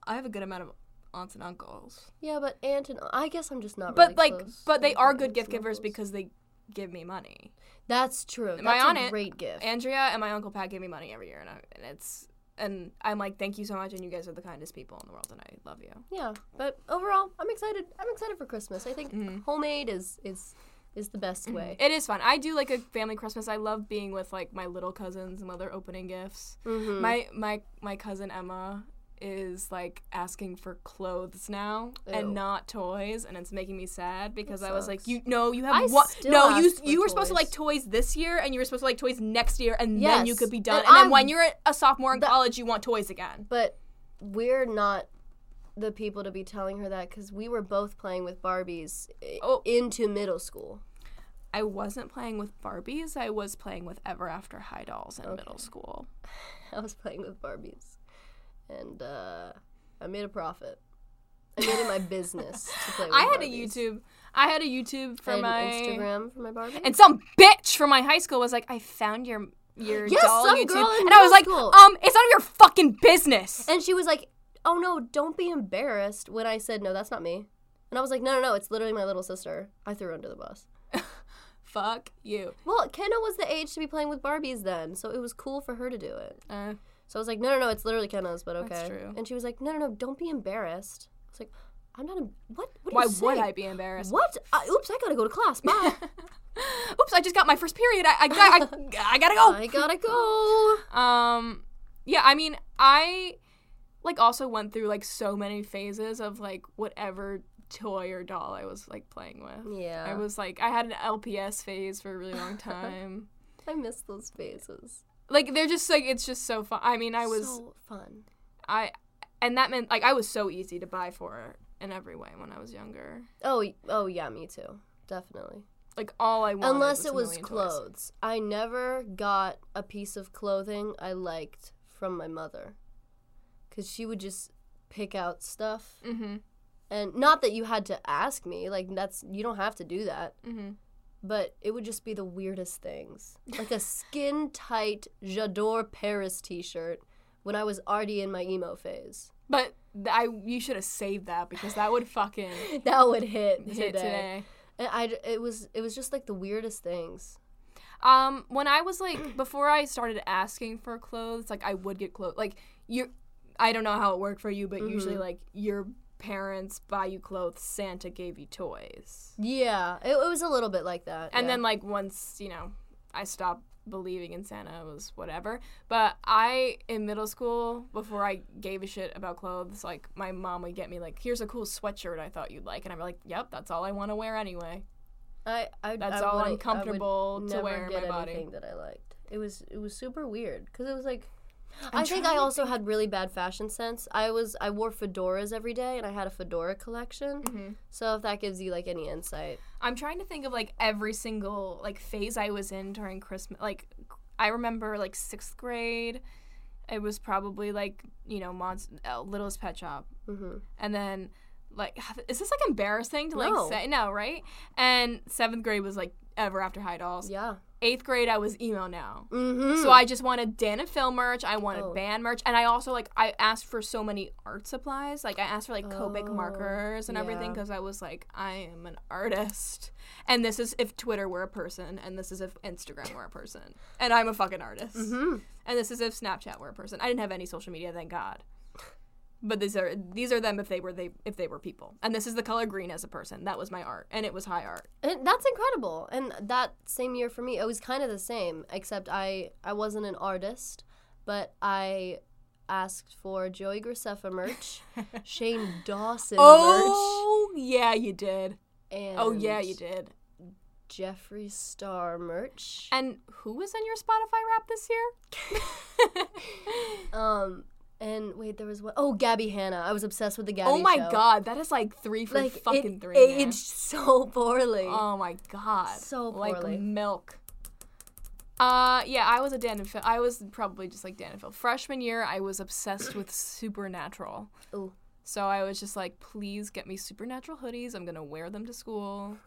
I have a good amount of aunts and uncles.
Yeah, but aunt and I guess I'm just not. really
but like
close
but they
with
are
my
good
aunts
gift
and
givers
uncles.
because they give me money
that's true. That's
My
a
aunt-
great gift.
andrea and my uncle pat give me money every year and, I, and it's and i'm like thank you so much and you guys are the kindest people in the world and i love you
yeah, but overall, I'm excited. I'm excited for Christmas. I think homemade is is is the best way.
it is fun i do like a family christmas i love being with like my little cousins and while they're opening gifts
Mhm.
my my my cousin emma is like asking for clothes now
Ew.
and not toys and it's making me sad because
That
I was like
sucks.
you no you
I
have one
still
no you
ask for
you were supposed to
toys.
like toys this year and you were supposed to like toys next year and then you
Yes,
could be done
and
and, then
I'm-
when you're a sophomore in
That-
college you want toys again
But we're not the people to be telling her that because we were both playing with Barbies i-
Oh.
into middle school. *laughs*
I wasn't playing with Barbies I was playing with ever after high dolls in middle school
I was playing with Barbies, and uh, I made a profit. I made it
*laughs*
my business to play with
I had a
Barbies.
YouTube I had a YouTube for
I had
my
an Instagram for my Barbie.
and some bitch from my high school was like, "I found your your
Yes,
doll
some
on YouTube,"
girl in
and I
middle
was like,
school.
"Um, it's none of your fucking business."
And she was like, "Oh no, don't be embarrassed." When I said, "No, that's not me," and I was like, "No, no, no, it's literally my little sister." I threw her under the bus.
Fuck you.
Well, Kenna was the age to be playing with Barbies then, so it was cool for her to do it.
Uh,
So I was like, "No, no, no, it's literally Kenna's," but okay.
That's true.
And she was like, "No, no, no, don't be embarrassed." I was like, "I'm not. Em- what? What? Are
why
you
would
saying?
I be embarrassed?
What? I, oops, I gotta go to class.
*laughs*
Bye.
Oops, I just got my first period. I I, got,
*laughs*
I, I gotta
I gotta go.
go. Um, yeah, I mean, I like also went through like so many phases of like whatever toy or doll I was like playing with.
Yeah, I,
I was like, I had an LPS phase for a
*laughs*
really long time.
miss those faces.
like they're just like it's just so fun. I mean, I was
so fun.
I and that meant like I was so easy to buy for in every way when I was younger.
Oh, y- oh yeah, me too. Definitely.
Like all I wanted
Unless
was a
it was
million toys.
clothes. I never got a piece of clothing I liked from my mother. Because she would just pick out stuff.
Mhm.
And not that you had to ask me, like, that's, you don't have to do that.
Mhm.
But it would just be the weirdest things.
*laughs*
Like a skin tight J'adore Paris t shirt when I was already in my emo
*laughs*
phase.
But th- I you should have saved that because that would fucking
*laughs* That would hit today.
hit today.
And I, it was, it was just like the weirdest things.
Um, when I was like *clears throat* before I started asking for clothes, like I would get clothes. Like you, I don't know how it worked for you, but usually
Mm-hmm.
like your parents buy you clothes. Santa gave you toys.
Yeah, it, it was a little bit like that.
And
yeah.
then like once, you know, I stopped believing in Santa it was whatever. But I in middle school, before I gave a shit about clothes, like my mom would get me like, here's a cool sweatshirt I thought you'd like and I'm like, Yep, that's all I wanna wear anyway.
I, I
That's
I
all
wouldn't-
I'm
would
comfortable to
never
wear in
get
my body.
anything that I liked. It was it was super weird because it was like. i
trying
think
to
I also had really bad fashion sense. I was I wore fedoras every day, and I had a fedora collection.
Mm-hmm.
So if that gives you like any insight,
I'm trying to think of like every single like phase I was in during Christmas like I remember like sixth grade. It was probably like, you know, Monst- uh, Littlest Pet Shop.
hmm
and then like *sighs* is this like embarrassing to like
No.
say no right and seventh grade was like ever after high dolls
yeah,
eighth grade, I was emo now.
Mm-hmm.
So I just wanted Dan and Phil merch. I wanted
Oh.
band merch, and I also like I asked for so many art supplies. Like I asked for like Copic
Oh,
markers and everything
yeah.
because I was like, I am an artist, and this is if Twitter were a person, and this is if Instagram were a person, and I'm a fucking artist,
Mhm.
and this is if Snapchat were a person. I didn't have any social media, thank God. But these are these are them if they were they if they were people, and this is the color green as a person. That was my art, and it was high art.
And that's incredible. And that same year for me, it was kind of the same, except I I wasn't an artist, but I asked for Joey Graceffa
*laughs*
merch, Shane Dawson
Oh yeah, you did.
merch, and
Oh yeah, you did.
Jeffree Star merch.
And who was in your Spotify rap this
*laughs*
year?
um, and wait, there was one oh Gabby Hanna. I was obsessed with the Gabby.
oh my
show.
god, that is like three for
Like
fucking
it
three. man.
aged *laughs* so poorly.
Oh my god,
So poorly.
like milk. Uh yeah, I was a Dan and Phil. I was probably just like Dan and Phil. Freshman year, I was obsessed with Supernatural.
Ooh.
So I was just like, please get me Supernatural hoodies. I'm gonna wear them to school.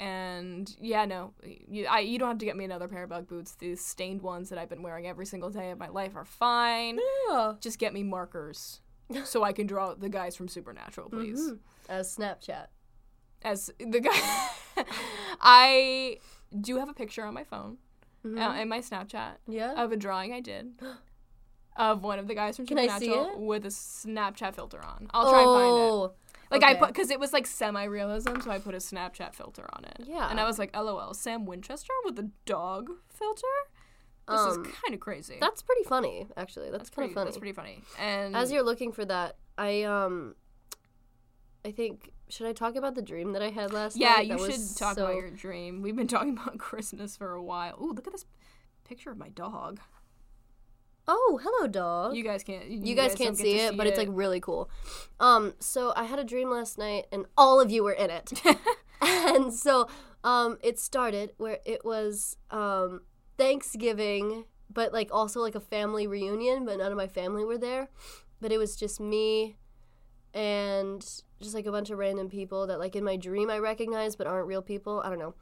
And yeah, no, you I, you don't have to get me another pair of bug boots. These stained ones that I've been wearing every single day of my life
*laughs*
are fine. just get me markers so I can draw the guys from Supernatural, please.
Mm-hmm. As Mm. Snapchat.
As the guy, *laughs* I do have a picture on my phone
Mhm.
uh, in my Snapchat
yeah.
of a drawing I did *gasps* of one of the guys from
Oh. Can I see
Supernatural
it?
with a Snapchat filter on. I'll try and find it. Oh, Like I
Oh, okay.
put because it was like semi-realism, so I put a Snapchat filter on it.
Yeah.
and I was like, "LOL, Sam Winchester with a dog filter. This
Um,
is kind of crazy.
That's pretty funny, actually. That's, kind
pretty
of funny.
That's pretty funny. And
As you're looking for that, I um, I think should I talk about the dream that I had last
Yeah,
night?
you
That was
should talk
so-
about your dream. We've been *laughs* talking about Christmas for a while. Ooh, look at this picture of my dog.
Oh, hello, dog.
You guys can't. You,
You guys,
don't
can't
get
see
to
it, but it's *laughs* like really cool. Um, so I had a dream last night, and all of you were in it. and so, um, it started where it was um Thanksgiving, but like also like a family reunion, but none of my family were there. But it was just me and just like a bunch of random people that like in my dream I recognize but aren't real people. I don't know.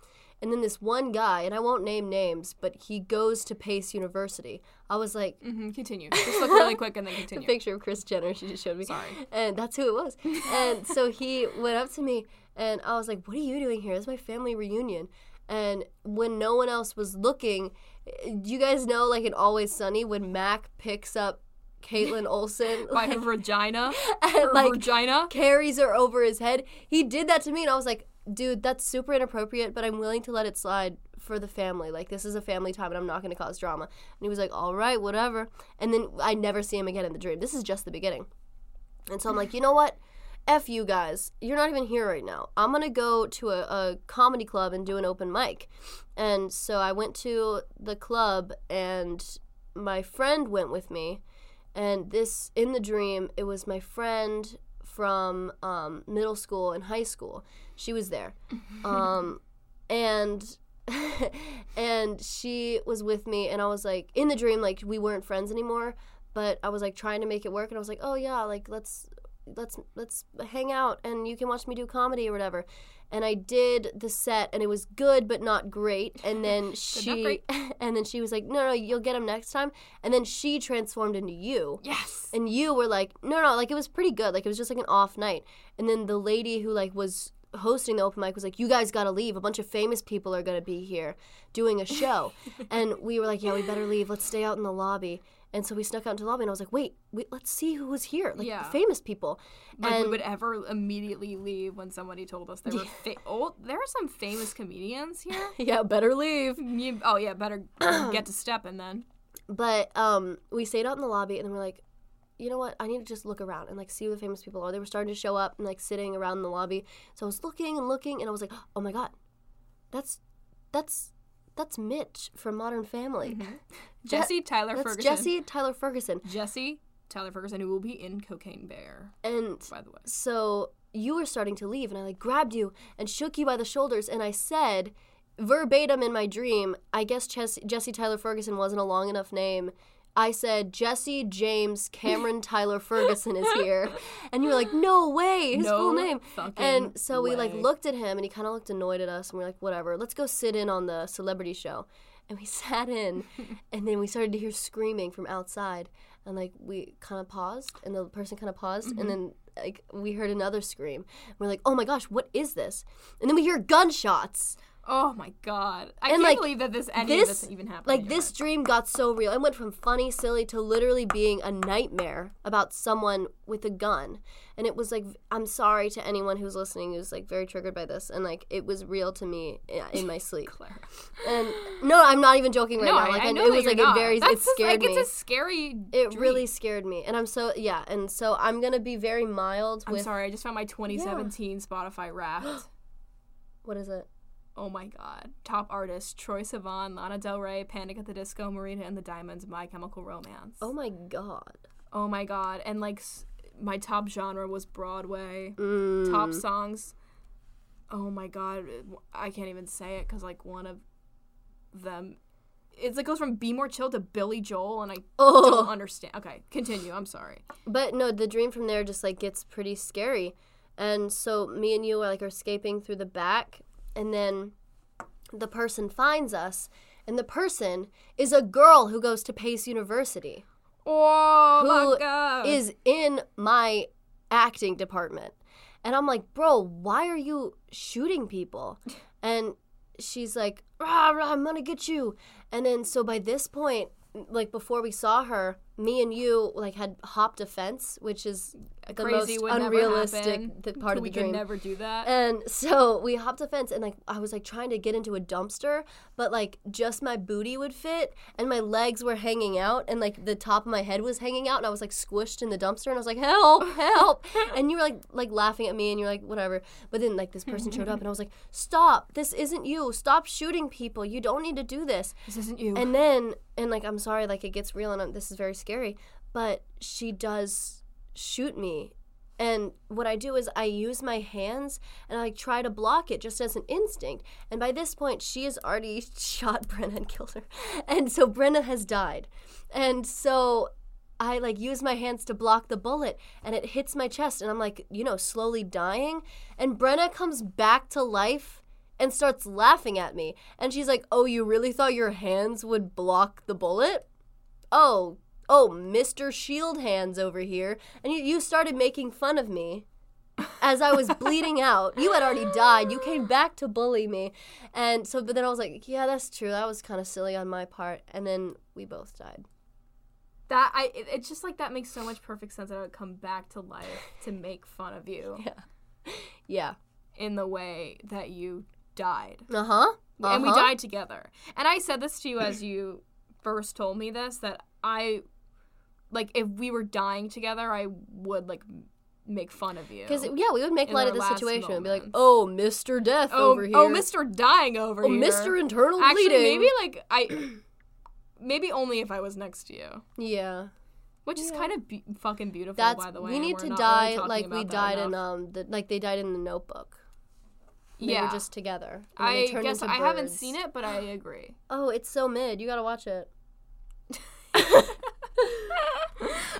And then this one guy, and I won't name names, but he goes to Pace University. I was like,
hmm continue. Just look really
*laughs*
quick and then
a
continue.
picture of Chris Jenner she just showed me.
*laughs* Sorry.
And that's who it was. and so he went up to me and I was like, What are you doing here? This is my family reunion. And when no one else was looking, do you guys know, like in Always Sunny, when Mac picks up Caitlin Olsen,
*laughs* By
like,
her
*laughs*
vagina.
and,
Her
like
vagina.
carries her over his head? He did that to me and I was like, Dude, that's super inappropriate, but I'm willing to let it slide for the family. Like, this is a family time and I'm not going to cause drama. And he was like, All right, whatever. And then I never see him again in the dream. This is just the beginning. And so I'm like, you know what? F you guys. You're not even here right now. I'm going to go to a, a comedy club and do an open mic. And so I went to the club, and my friend went with me. And this, in the dream, it was my friend from um, middle school and high school. She was there. Um, and. *laughs* and she was with me and I was like in the dream like we weren't friends anymore but I was like trying to make it work and I was like oh yeah like let's let's let's hang out and you can watch me do comedy or whatever and I did the set and it was good but not great and then she
great.
*laughs* and then she was like no no you'll get him next time and then she transformed into you
Yes.
and you were like no no like it was pretty good like it was just like an off night and then the lady who like was hosting the open mic was like you guys gotta leave a bunch of famous people are gonna be here doing a *laughs* show and we were like yeah we better leave let's stay out in the lobby and so we snuck out into the lobby and i was like wait, wait let's see who was here like
Yeah.
the famous people
Like we
and-
would ever immediately leave when somebody told us there were fa- oh, there are some famous
*laughs*
comedians here.
*laughs* yeah better leave
You- oh yeah, better
*clears throat*
get to stepping then.
But um, we stayed out in the lobby, and then we're like, you know what? I need to just look around and like see who the famous people are. They were starting to show up and like sitting around in the lobby. So I was looking and looking, and I was like, oh my god, that's that's that's Mitch from Modern Family.
Mm-hmm. Jesse Tyler
That's
Ferguson.
Jesse Tyler Ferguson.
Jesse Tyler Ferguson, who will be in Cocaine Bear,
And
by the way.
so you were starting to leave, and I like grabbed you and shook you by the shoulders, and I said verbatim in my dream, I guess Ches- Jesse Tyler Ferguson wasn't a long enough name I said, Jesse James Cameron Tyler Ferguson is here. And you were like, no way, his
No
full name.
fucking
And so we like
way.
looked at him and he kind of looked annoyed at us and we are like, whatever, let's go sit in on the celebrity show. And we *laughs* sat
*laughs*
in and then we started to hear screaming from outside. And like we kind of paused and the person kind of paused
Mm-hmm.
and then like we heard another scream. We're like, oh my gosh, what is this? And then we hear gunshots.
Oh my god! I
And,
can't
like,
believe that this any of
this-
this even happened.
Like this dream got so real. It went from funny, silly to literally being a nightmare about someone with a gun. And it was like I'm sorry to anyone who's listening who's like very triggered by this and like it was real to me i- in
*laughs*
my sleep.
Claire.
And no, I'm not even joking right
No,
now.
I,
Like
I know
it
that
was
you're
like
not.
it very
That's
it
just,
scared
like,
me.
It's a scary.
It
dream.
really scared me. And I'm so yeah, and so I'm going to be very mild
I'm
with
sorry. I just found my 2017
*gasps*
Spotify Wrapped.
what is it?
oh my god! Top artists: Troy Sivan, Lana Del Rey, Panic at the Disco, Marina and the Diamonds, My Chemical Romance.
Oh my god.
Oh my god! And like, s- my top genre was Broadway.
Mm.
Top songs. Oh my god! I can't even say it because like one of them, it's, it goes from Be More Chill to Billy Joel, and I don't
Oh.
understand. Okay, continue. I'm sorry.
But no, the dream from there just like gets pretty scary. And so me and you are like are escaping through the back and then the person finds us and the person is a girl who goes to Pace University
Oh
Who
my god!
is in my acting department. And I'm like, bro, why are you shooting
*laughs*
people? And she's like, rah, rah, I'm gonna get you. And then so by this point, like before we saw her, me and you like had hopped a fence, which is the
Crazy
most
would never
unrealistic
happen.
th- part of the
we
dream.
could never do that.
And so we hopped a fence, and like I was like trying to get into a dumpster, but like just my booty would fit, and my legs were hanging out, and like the top of my head was hanging out, and I was like squished in the dumpster, and I was like help, help, and you were like like laughing at me, and you're like whatever. But then like this person showed up, and I was like stop, this isn't you, stop shooting people, you don't need to do this.
this isn't you.
And then, and like, I'm sorry, like, it gets real and i this is very scary, but she does shoot me. And what I do is I use my hands and I like, try to block it just as an instinct. And by this point, she has already *laughs* shot Brenna and killed her. And so Brenna has died. And so I like use my hands to block the bullet and it hits my chest and I'm like, you know, slowly dying. And Brenna comes back to life and starts laughing at me. And she's like, "Oh, you really thought your hands would block the bullet? Oh, oh, Mr. Shield Hands over here." And you, you started making fun of me as I was bleeding out. You had already died. You came back to bully me. And so but then I was like, "Yeah, that's true. That was kind of silly on my part." And then we both died.
that I, it, it's just like that makes so much perfect sense that I would come back to life to make fun of you
Yeah.
in the way that you died,
Uh-huh.
and we
Uh-huh.
died together. And I said this to you as you first told me this that I, like, if we were dying together, I would like m- make fun of you.
Because yeah, we would make
in
light
our
of the
last
situation and be like,
moments.
"Oh, Mr. Death
oh,
over here,
oh, Mister Dying over
Oh,
here,
Mr. Internal
Actually,
Bleeding."
maybe like I, maybe only if I was next to you.
Yeah,
Which is
Yeah.
kind of be- fucking beautiful,
that's
Oh, by the way.
we
and
need
we're
to
not
die
really talking
like we
about that
died in
enough.
um the, like they died in the Notebook. They
yeah.
were just together. and they
I
turned
guess
into
I haven't
birds.
seen it,
*laughs*
but I agree. *laughs*
Oh, it's so mid. You gotta watch it.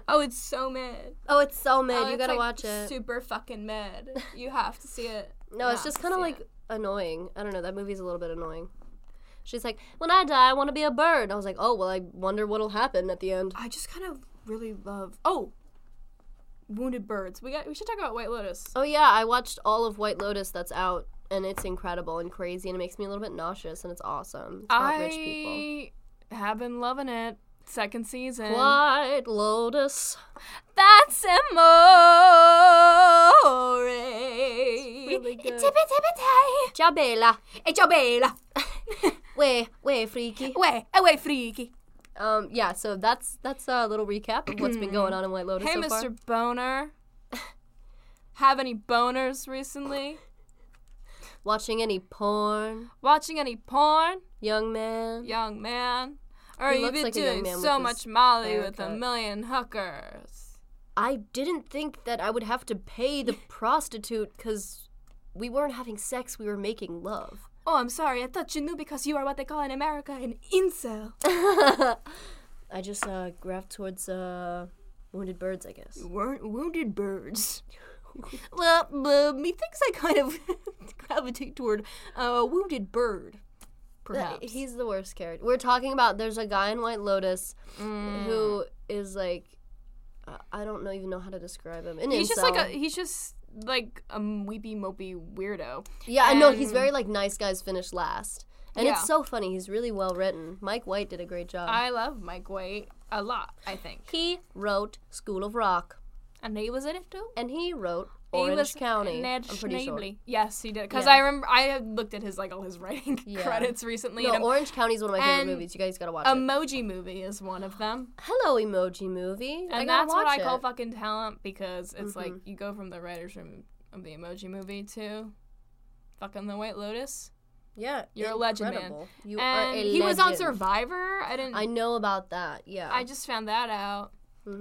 oh, it's so mad.
Oh, it's so mid.
Oh,
you
it's,
gotta
like,
watch it.
Super fucking mad. You have to see it.
no,
You
it's
have
just
to
kind of
see
like
it.
annoying. I don't know. That movie's a little bit annoying. She's like, "When I die, I want to be a bird." And I was like, "Oh, well, I wonder what'll happen at the end."
I just kind of really love. Oh, Wounded Birds. We got. We should talk about White Lotus.
Oh yeah, I watched all of White Lotus that's out and it's incredible and crazy and it makes me a little bit nauseous and it's awesome. It's about rich people.
I have been loving it. Second season.
White Lotus.
That's amore.
really good.
It's a bit, a bit high.
Ciao bella.
It's your *laughs* bella.
Way, way freaky.
Way, away, freaky.
Um yeah, so that's that's a little recap of what's been going on in White Lotus
Hey,
so far.
Mr. Boner. Have any boners recently?
Watching any porn,
Watching any porn,
young man.
young man? Or
He
you
looks
been
like a young
doing
man
so
with his
much Molly with a
haircut.
million hookers?
I didn't think that I would have to pay the prostitute cuz we weren't having sex, we were making love.
Oh, I'm sorry. I thought you knew because you are what they call in America an incel.
I just uh, graphed towards uh, wounded birds, I guess.
weren't wounded
*laughs*
birds. well, uh, methinks I kind of *laughs* gravitate toward uh, a wounded bird,
Uh,
Th-
perhaps.
He's the worst character. We're talking about there's a guy in White Lotus
Mm.
who
Mm.
is like I- I don't know even know how to describe him. An
He's just like a
incel.
he's just like a weepy mopey weirdo.
yeah, I know he's
um,
very like nice guys finish last. And
Yeah.
it's so funny. He's really well written. Mike White did a great job.
I love Mike White a lot. I think,
he wrote School of Rock
and he was in it too.
and he wrote
He
Orange
was
County.
in
I'm
Ned
pretty sure.
Schneebly. Yes, he did. Because
Yeah.
I remember I had looked at his like all his writing *laughs*
Yeah.
credits recently.
No,
and em-
Orange County is one of my favorite
And, um,
movies. You guys gotta watch it.
Emoji Movie is one of them,
Hello, Emoji Movie. I
and
gotta
that's what
watch
I call
it. Mm-hmm.
fucking talent because it's like you go from the writers room of the Emoji Movie to fucking the White Lotus.
yeah.
You're a legend, man.
incredible. You are
and
a
he was on
legend.
Survivor. I didn't.
I know Mm-hmm. about that. Yeah.
I just found that out.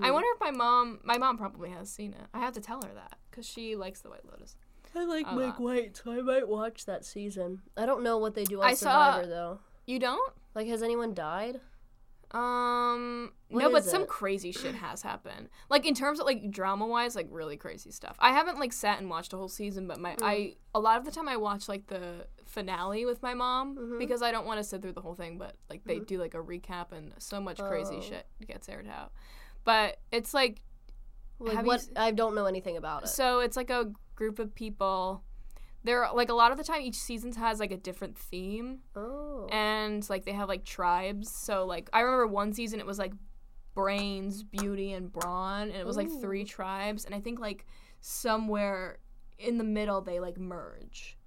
I wonder if my mom, my mom probably has seen it. I have to tell her that because she likes the White Lotus.
I like
a
Mike
lot.
White, so I might watch that season. I don't know what they do on
I saw-
Survivor though.
You don't?
Like, has anyone died?
Um,
What
no, but
is
some
it?
crazy shit has happened. Like in terms of like drama wise, like really crazy stuff. I haven't like sat and watched a whole season, but my
Hmm.
I a lot of the time I watch like the finale with my mom
Mm-hmm.
because I don't want to sit through the whole thing. But like they do like a recap and so much crazy
Oh.
shit gets aired out. But it's like
Like,
Have you
what?
s-
I don't know anything about it.
So it's like a group of people. They're like a lot of the time each season has like a different theme
oh.
and like they have like tribes. So like I remember one season it was like brains, beauty and brawn and it was like three tribes and I think like somewhere in the middle they like merge.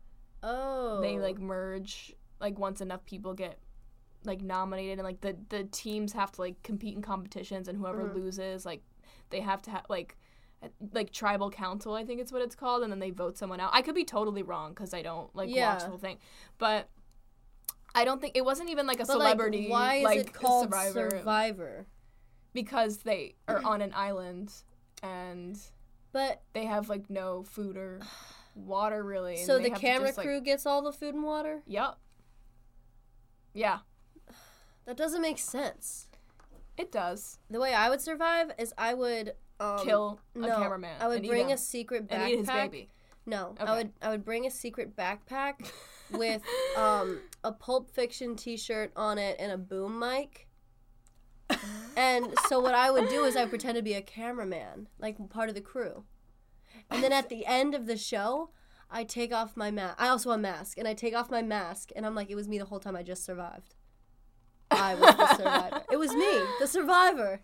oh.
They like merge like once enough people get like nominated and like the the teams have to like compete in competitions and
Mm.
whoever loses like they have to have like uh, like tribal council I think it's what it's called and then they vote someone out. I could be totally wrong cuz I don't like watch
Yeah.
the whole thing. But I don't think it wasn't even like a
But, like,
celebrity like,
why is it called
survivor
Survivor? *clears throat*
because they are on an island and
But
they have like no food or water really. and
so
they
the
have to
camera
just, like-
crew gets all the food and water.
Yep. Yeah,
That doesn't make sense.
it does.
The way I would survive is I would um,
Kill a
no,
cameraman.
I would
and eat
bring
him,
a secret backpack.
and eat his baby.
No,
Okay.
I would I would bring a secret backpack
*laughs*
with um, a Pulp Fiction T-shirt on it and a boom
*laughs*
mic. And so what I would do is I would pretend to be a cameraman, like part of the crew. And then at the end of the show, I take off my mask. I also a mask, and I take off my mask, and I'm like, it was me the whole time. I just survived. I was the survivor. It was me, the survivor,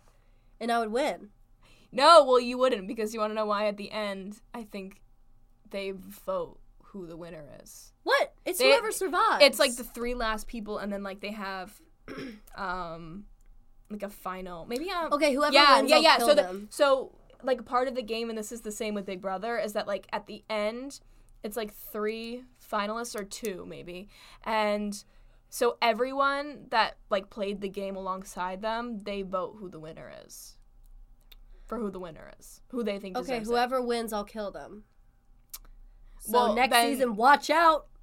and I would win.
No, well you wouldn't because you want to know why. At the end, I think they vote who the winner is.
What? It's
They-
whoever survives.
It's like the three last people, and then like they have, *clears throat* um, like a final. Maybe um,
okay, whoever
yeah,
wins,
yeah,
I'll
yeah.
kill
So,
them.
the, so like part of the game, and this is the same with Big Brother, is that like at the end, it's like three finalists or two maybe, and so everyone that like played the game alongside them, they vote who the winner is, for who the winner is, who they think.
Okay,
deserves it.
whoever wins, I'll kill them. So
Well,
next
then- *laughs*
season, watch out. *coughs*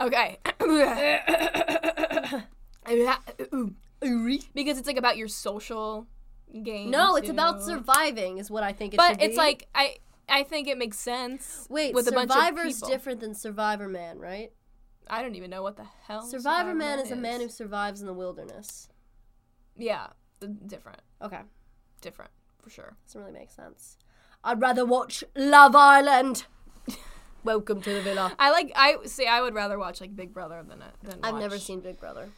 Okay. *coughs* because it's like about your social game.
No, it's about
too.
surviving, is what I think. It
But
should
it's
be.
like I I think it makes sense.
wait,
with a bunch of
Survivor's
people.
different than Survivor Man, right?
I don't even know what the hell
Survivor, Man is a man who survives in the wilderness.
yeah th- different
Okay,
different for sure.
doesn't really make sense. I'd rather watch Love
*laughs*
Island. Welcome to the villa.
I like I say I would rather watch like Big Brother than a- than
I've never
watch-
seen Big Brother.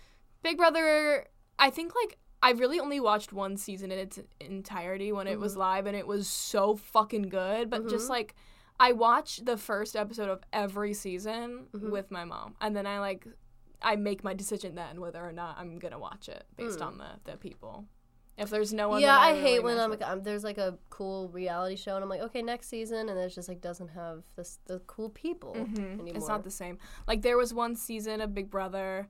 Big Brother. I think like I really only watched one season in its entirety when it was
Mm-hmm.
live, and it was so fucking good. But just like I watch the first episode of every season
Mm-hmm.
with my mom, and then I like I make my decision then whether or not I'm gonna watch it based on the the people. If there's no one,
Hmm. yeah,
that
I,
really
hate when
mess
I'm,
with-
um there's like a cool reality show and I'm like, okay, next season, and there's just like doesn't have
Mm-hmm.
this the cool people anymore.
It's not the same. Like there was one season of Big Brother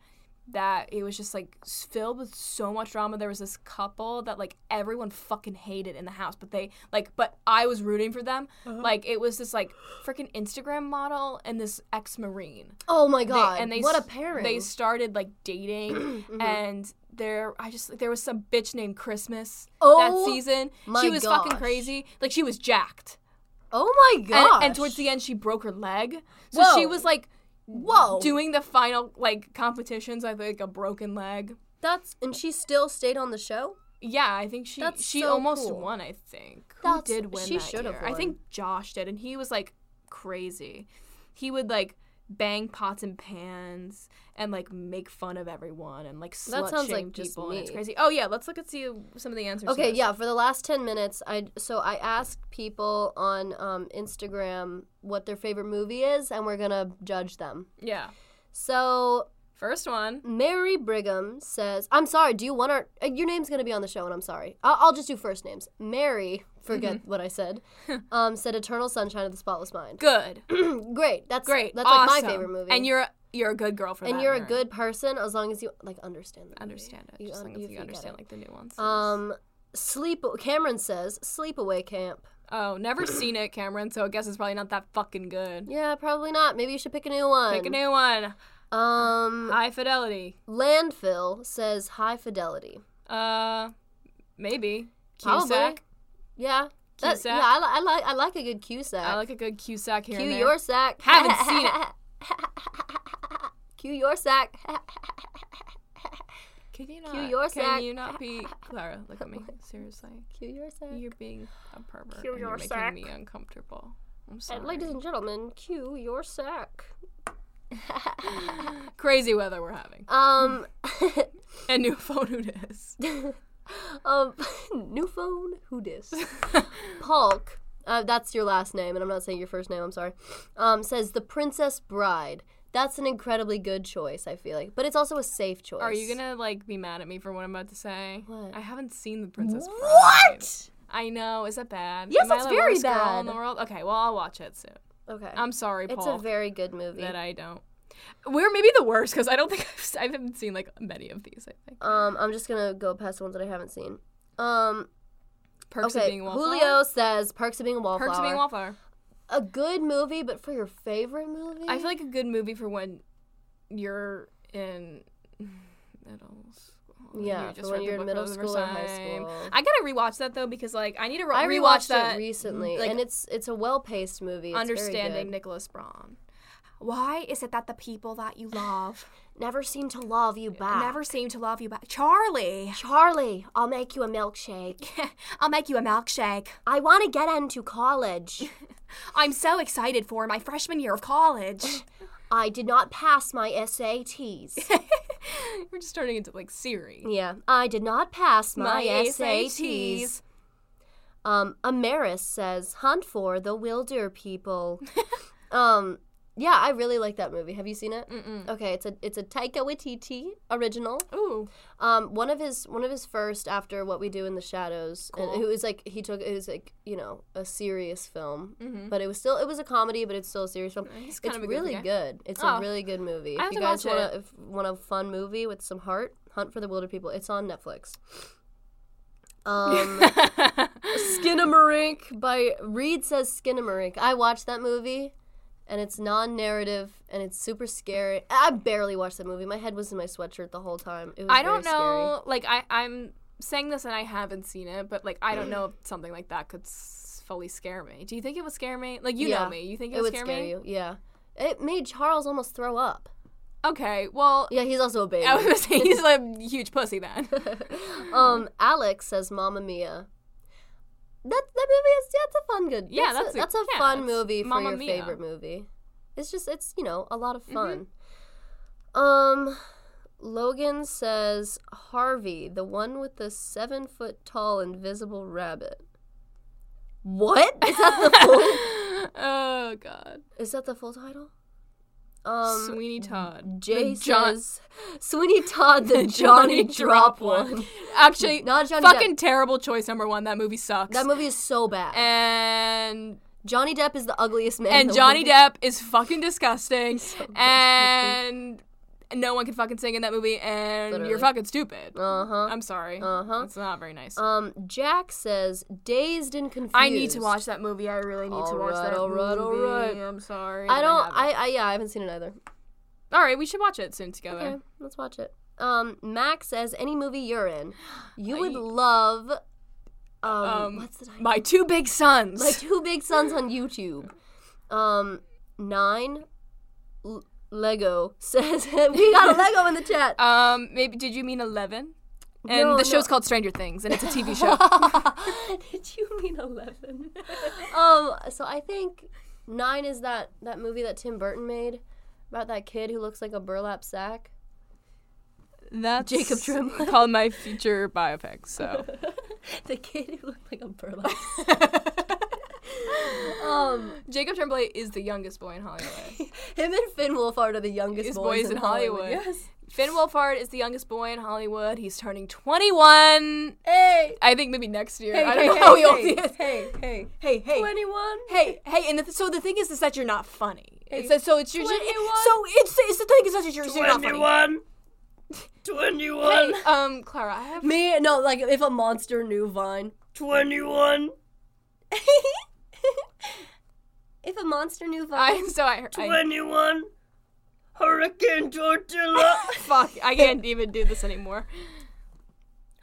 that it was just like s- filled with so much drama. There was this couple that like everyone fucking hated in the house, but they like, but I was rooting for them.
Uh-huh.
Like it was this like freaking Instagram model and this ex marine.
Oh my god!
and they
what a Mm-hmm.
s-
pairing.
They started like
*clears throat*
dating, and there I just there was some bitch named Christmas
Oh
that season.
my
she was fucking
gosh.
crazy. Like she was jacked,
oh my
and,
god!
and towards the end she broke her leg. So she
Whoa.
was like
whoa,
doing the final like competitions. I think a broken leg.
that's and she still stayed on the show.
Yeah, I think she
That's
she
so
almost
cool.
won. I think
That's-
who did win?
she
that
should have
year? I think Josh did, and he was like crazy. He would like bang pots and pans and like make fun of everyone and like
That
slut
sounds
shame
like
people.
just
And it's
me.
crazy. Oh yeah, let's look at see some of the answers.
Okay,
here.
yeah. For the last ten minutes, I so I asked people on um, Instagram what their favorite movie is, and we're gonna judge them.
yeah.
So
First one.
Mary Brigham says, "I'm sorry. Do you want our? uh, Your name's gonna be on the show, and I'm sorry. I'll, I'll just do first names. Mary, forget
Mm-hmm.
what I
*laughs*
said. um, said Eternal Sunshine of the Spotless Mind. *clears throat*
Good,
Great. That's
great,
That's like
awesome.
my favorite movie.
And you're you're a good girl for that.
and you're a
Mary.
good person as long as you like understand the movie.
understand it.
You
just
un-
long as
you
you
get
understand
it.
like the nuances.
Um, sleep. Cameron says Sleepaway Camp.
oh, never seen it, Cameron. So I guess it's probably not that fucking good.
Yeah, probably not. Maybe you should pick a new one.
Pick a new one.
Um,
High fidelity.
landfill says high fidelity.
Uh, maybe.
Probably.
Cusack.
Yeah. That,
Cusack.
yeah, I, li- I like I like a good Q sack.
I like a good Cusack here.
Cue
and there.
your sack.
Haven't seen it.
*laughs* Cue your sack. *laughs*
Can you not?
cue your
can
sack.
you not be Clara? Look
*laughs*
at me. Seriously,
Cue your sack.
you're being a pervert.
Cue
and you're
your
making
sack.
me uncomfortable. I'm sorry.
And ladies and gentlemen, cue your sack.
Crazy weather we're having. *laughs*
um, *laughs*
And new phone who dis.
um, *laughs* new phone. Who dis? Polk. Uh, that's your last name, and I'm not saying your first name. I'm sorry. Um, says the Princess Bride. That's an incredibly good choice. I feel like, but it's also a safe choice.
Are you gonna like be mad at me for what I'm about to say?
What?
I haven't seen the Princess Bride.
What?
I know. Is that bad?
Yes,
Am I
it's
the
very
worst Girl
bad.
in the world. Okay, well I'll watch it soon.
Okay.
I'm sorry,
it's
Paul.
a very good movie.
that I don't. We're maybe the worst because I don't think *laughs* I've, s- I haven't seen like many of these. I think
Um, I'm just gonna go past the ones that I haven't seen. Um,
Perks of
okay.
Being a Wallflower.
Julio says Perks of Being a Wallflower.
Perks of Being a Wallflower.
a good movie, but for your favorite movie,
I feel like a good movie for when you're in middle school. and
Yeah,
you
for when
read the
you're in
book
middle
for the
school or
first
high
time.
school.
I gotta rewatch that though because like I need to re-
I
rewatch
rewatched
that.
it recently,
like,
and it's it's a well paced movie. It's very
understanding
good.
Nicholas Braun. Why is it that the people that you love
Never seem to love you back.
never seem to love you back? Charlie, *laughs*
Charlie, I'll make you a milkshake.
I'll make you a milkshake.
I want to get into college. *laughs*
I'm so excited for my freshman year of college.
I did not pass my SATs.
*laughs*
*laughs*
We're just turning into like Siri.
yeah, I did not pass my, SATs. Um, Amaris says, "Hunt for the wilder *laughs* people." um, yeah, I really like that movie. Have you seen it? Mm-mm. Okay, it's a it's a Taika Waititi original.
Ooh.
Um, one of his one of his first after What We Do in the Shadows, and it was like he took it was like you know a serious film, but it was still it was a comedy, but it's still a serious film.
Mm-hmm. He's kind
It's
of a good
really
guy.
good. It's
Oh.
a really good movie. if
I have
you
to
guys
watch
want to want a fun movie with some heart, Hunt for the Wilder People. It's on
*laughs*
Netflix. Um. Skinamarink by Reed says Skinamarink. I watched that movie and it's non-narrative and it's super scary. I barely watched that movie. My head was in my sweatshirt the whole time. It was
I don't
very scary.
know. Like I, I'm saying this and I haven't seen it, but like I don't know *clears throat* if something like that could s- fully scare me. Do you think it would scare me? Like you
Yeah.
know me. You think it,
It
would
would
scare,
scare
me?
you. Yeah. It made Charles almost throw up.
Okay. Well,
Yeah, he's also a baby.
I was gonna say
*laughs*
he's a huge pussy then. *laughs*
um Alex says Mamma Mia. That that movie is that's a fun good.
Yeah,
that's,
that's
a,
a-
that's a
yeah,
fun
it's
movie for
Mamma
your
Mia. Mm-hmm.
favorite movie. It's just it's you know a lot of fun. Um, Logan says Harvey, the one with the seven foot tall invisible rabbit. What is that the full?
*laughs* oh God.
is that the full title? Um,
Sweeney Todd.
Jay
The John-
says
*laughs*
Sweeney Todd, the Johnny, Drop one.
Actually,
Not Johnny Depp.
fucking terrible choice. Number one. That movie sucks.
That movie is so bad.
and
Johnny Depp is the ugliest man. in
and
the
Johnny
world. *laughs*
Depp is fucking disgusting. and no one can fucking sing in that movie, and you're
Literally.
fucking stupid.
Uh huh.
I'm sorry.
Uh huh.
It's not very nice.
Um, Jack says, dazed and confused.
I need to watch that movie. I really need to
All
watch
right,
that
all right, all
movie.
right.
I'm sorry.
I
that
don't.
haven't.
I, I yeah. I haven't seen it either.
All right, we should watch it soon together.
Okay, let's watch it. Um, Max says, any movie you're in, you would
I-
love. Um,
Um,
what's the title?
My two big sons.
My two big sons on YouTube. Um, nine. L- Lego says *laughs* we got a Lego in the
*laughs*
chat.
um, maybe did you mean eleven? And
No,
the show's
no.
called Stranger Things, and it's
*laughs*
a TV show.
Did you mean eleven? *laughs* um, so I think nine is that that movie that Tim Burton made about that kid who looks like a burlap sack.
That's
Jacob Tremblay.
*laughs* called my future biopic. *laughs* So
the kid who looked like a *laughs* burlap. um,
Jacob Tremblay is the youngest boy in Hollywood. *laughs*
him and Finn Wolfhard are the youngest
Youngest
boys, in Hollywood.
Hollywood.
Yes.
Finn Wolfhard is the youngest boy in Hollywood. He's turning 21.
Hey.
I think maybe next year.
Hey,
I
hey,
don't know how
hey,
old he
hey,
is.
Hey, hey,
Hey, hey,
twenty-one.
hey, hey, and the th- so the thing is, is that you're not funny.
Hey.
It's that- so it's your so
21.
it's it's the thing is that you're, you're not funny.
Hey,
Twenty-one.
um, Clara, I have
Me, no, like if a monster knew Vine. *laughs*
21.
if a monster knew Vine.
*laughs* I so I, I
21. Hurricane Tortilla.
fuck I can't even do this anymore.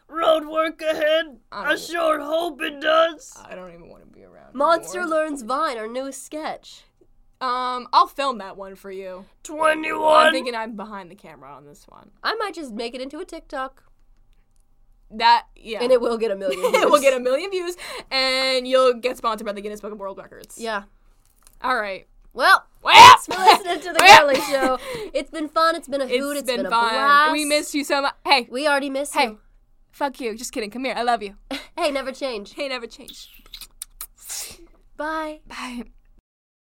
Road work ahead.
I
I
don't-
sure hope it does.
I don't even want to be around.
Monster
anymore.
learns Vine, our new sketch.
um, I'll film that one for you. I'm
21.
thinking I'm behind the camera on this one.
I might just make it into a TikTok,
That yeah. *laughs*
and *laughs* it will get a million. Views.
we'll get a million views, and you'll get sponsored by the Guinness Book of World Records.
Yeah.
All right.
Well,
Well,
thanks *laughs* for listening *laughs*
*laughs*
to the
Yeah.
Carly Show. It's been fun. It's been a hoot.
it's
it's been,
been
a
fun.
blast.
We missed you so much. Hey,
We already miss
Hey.
you.
fuck you. Just kidding. Come here. I love you.
Hey, never change.
Hey, never change.
Bye.
Bye.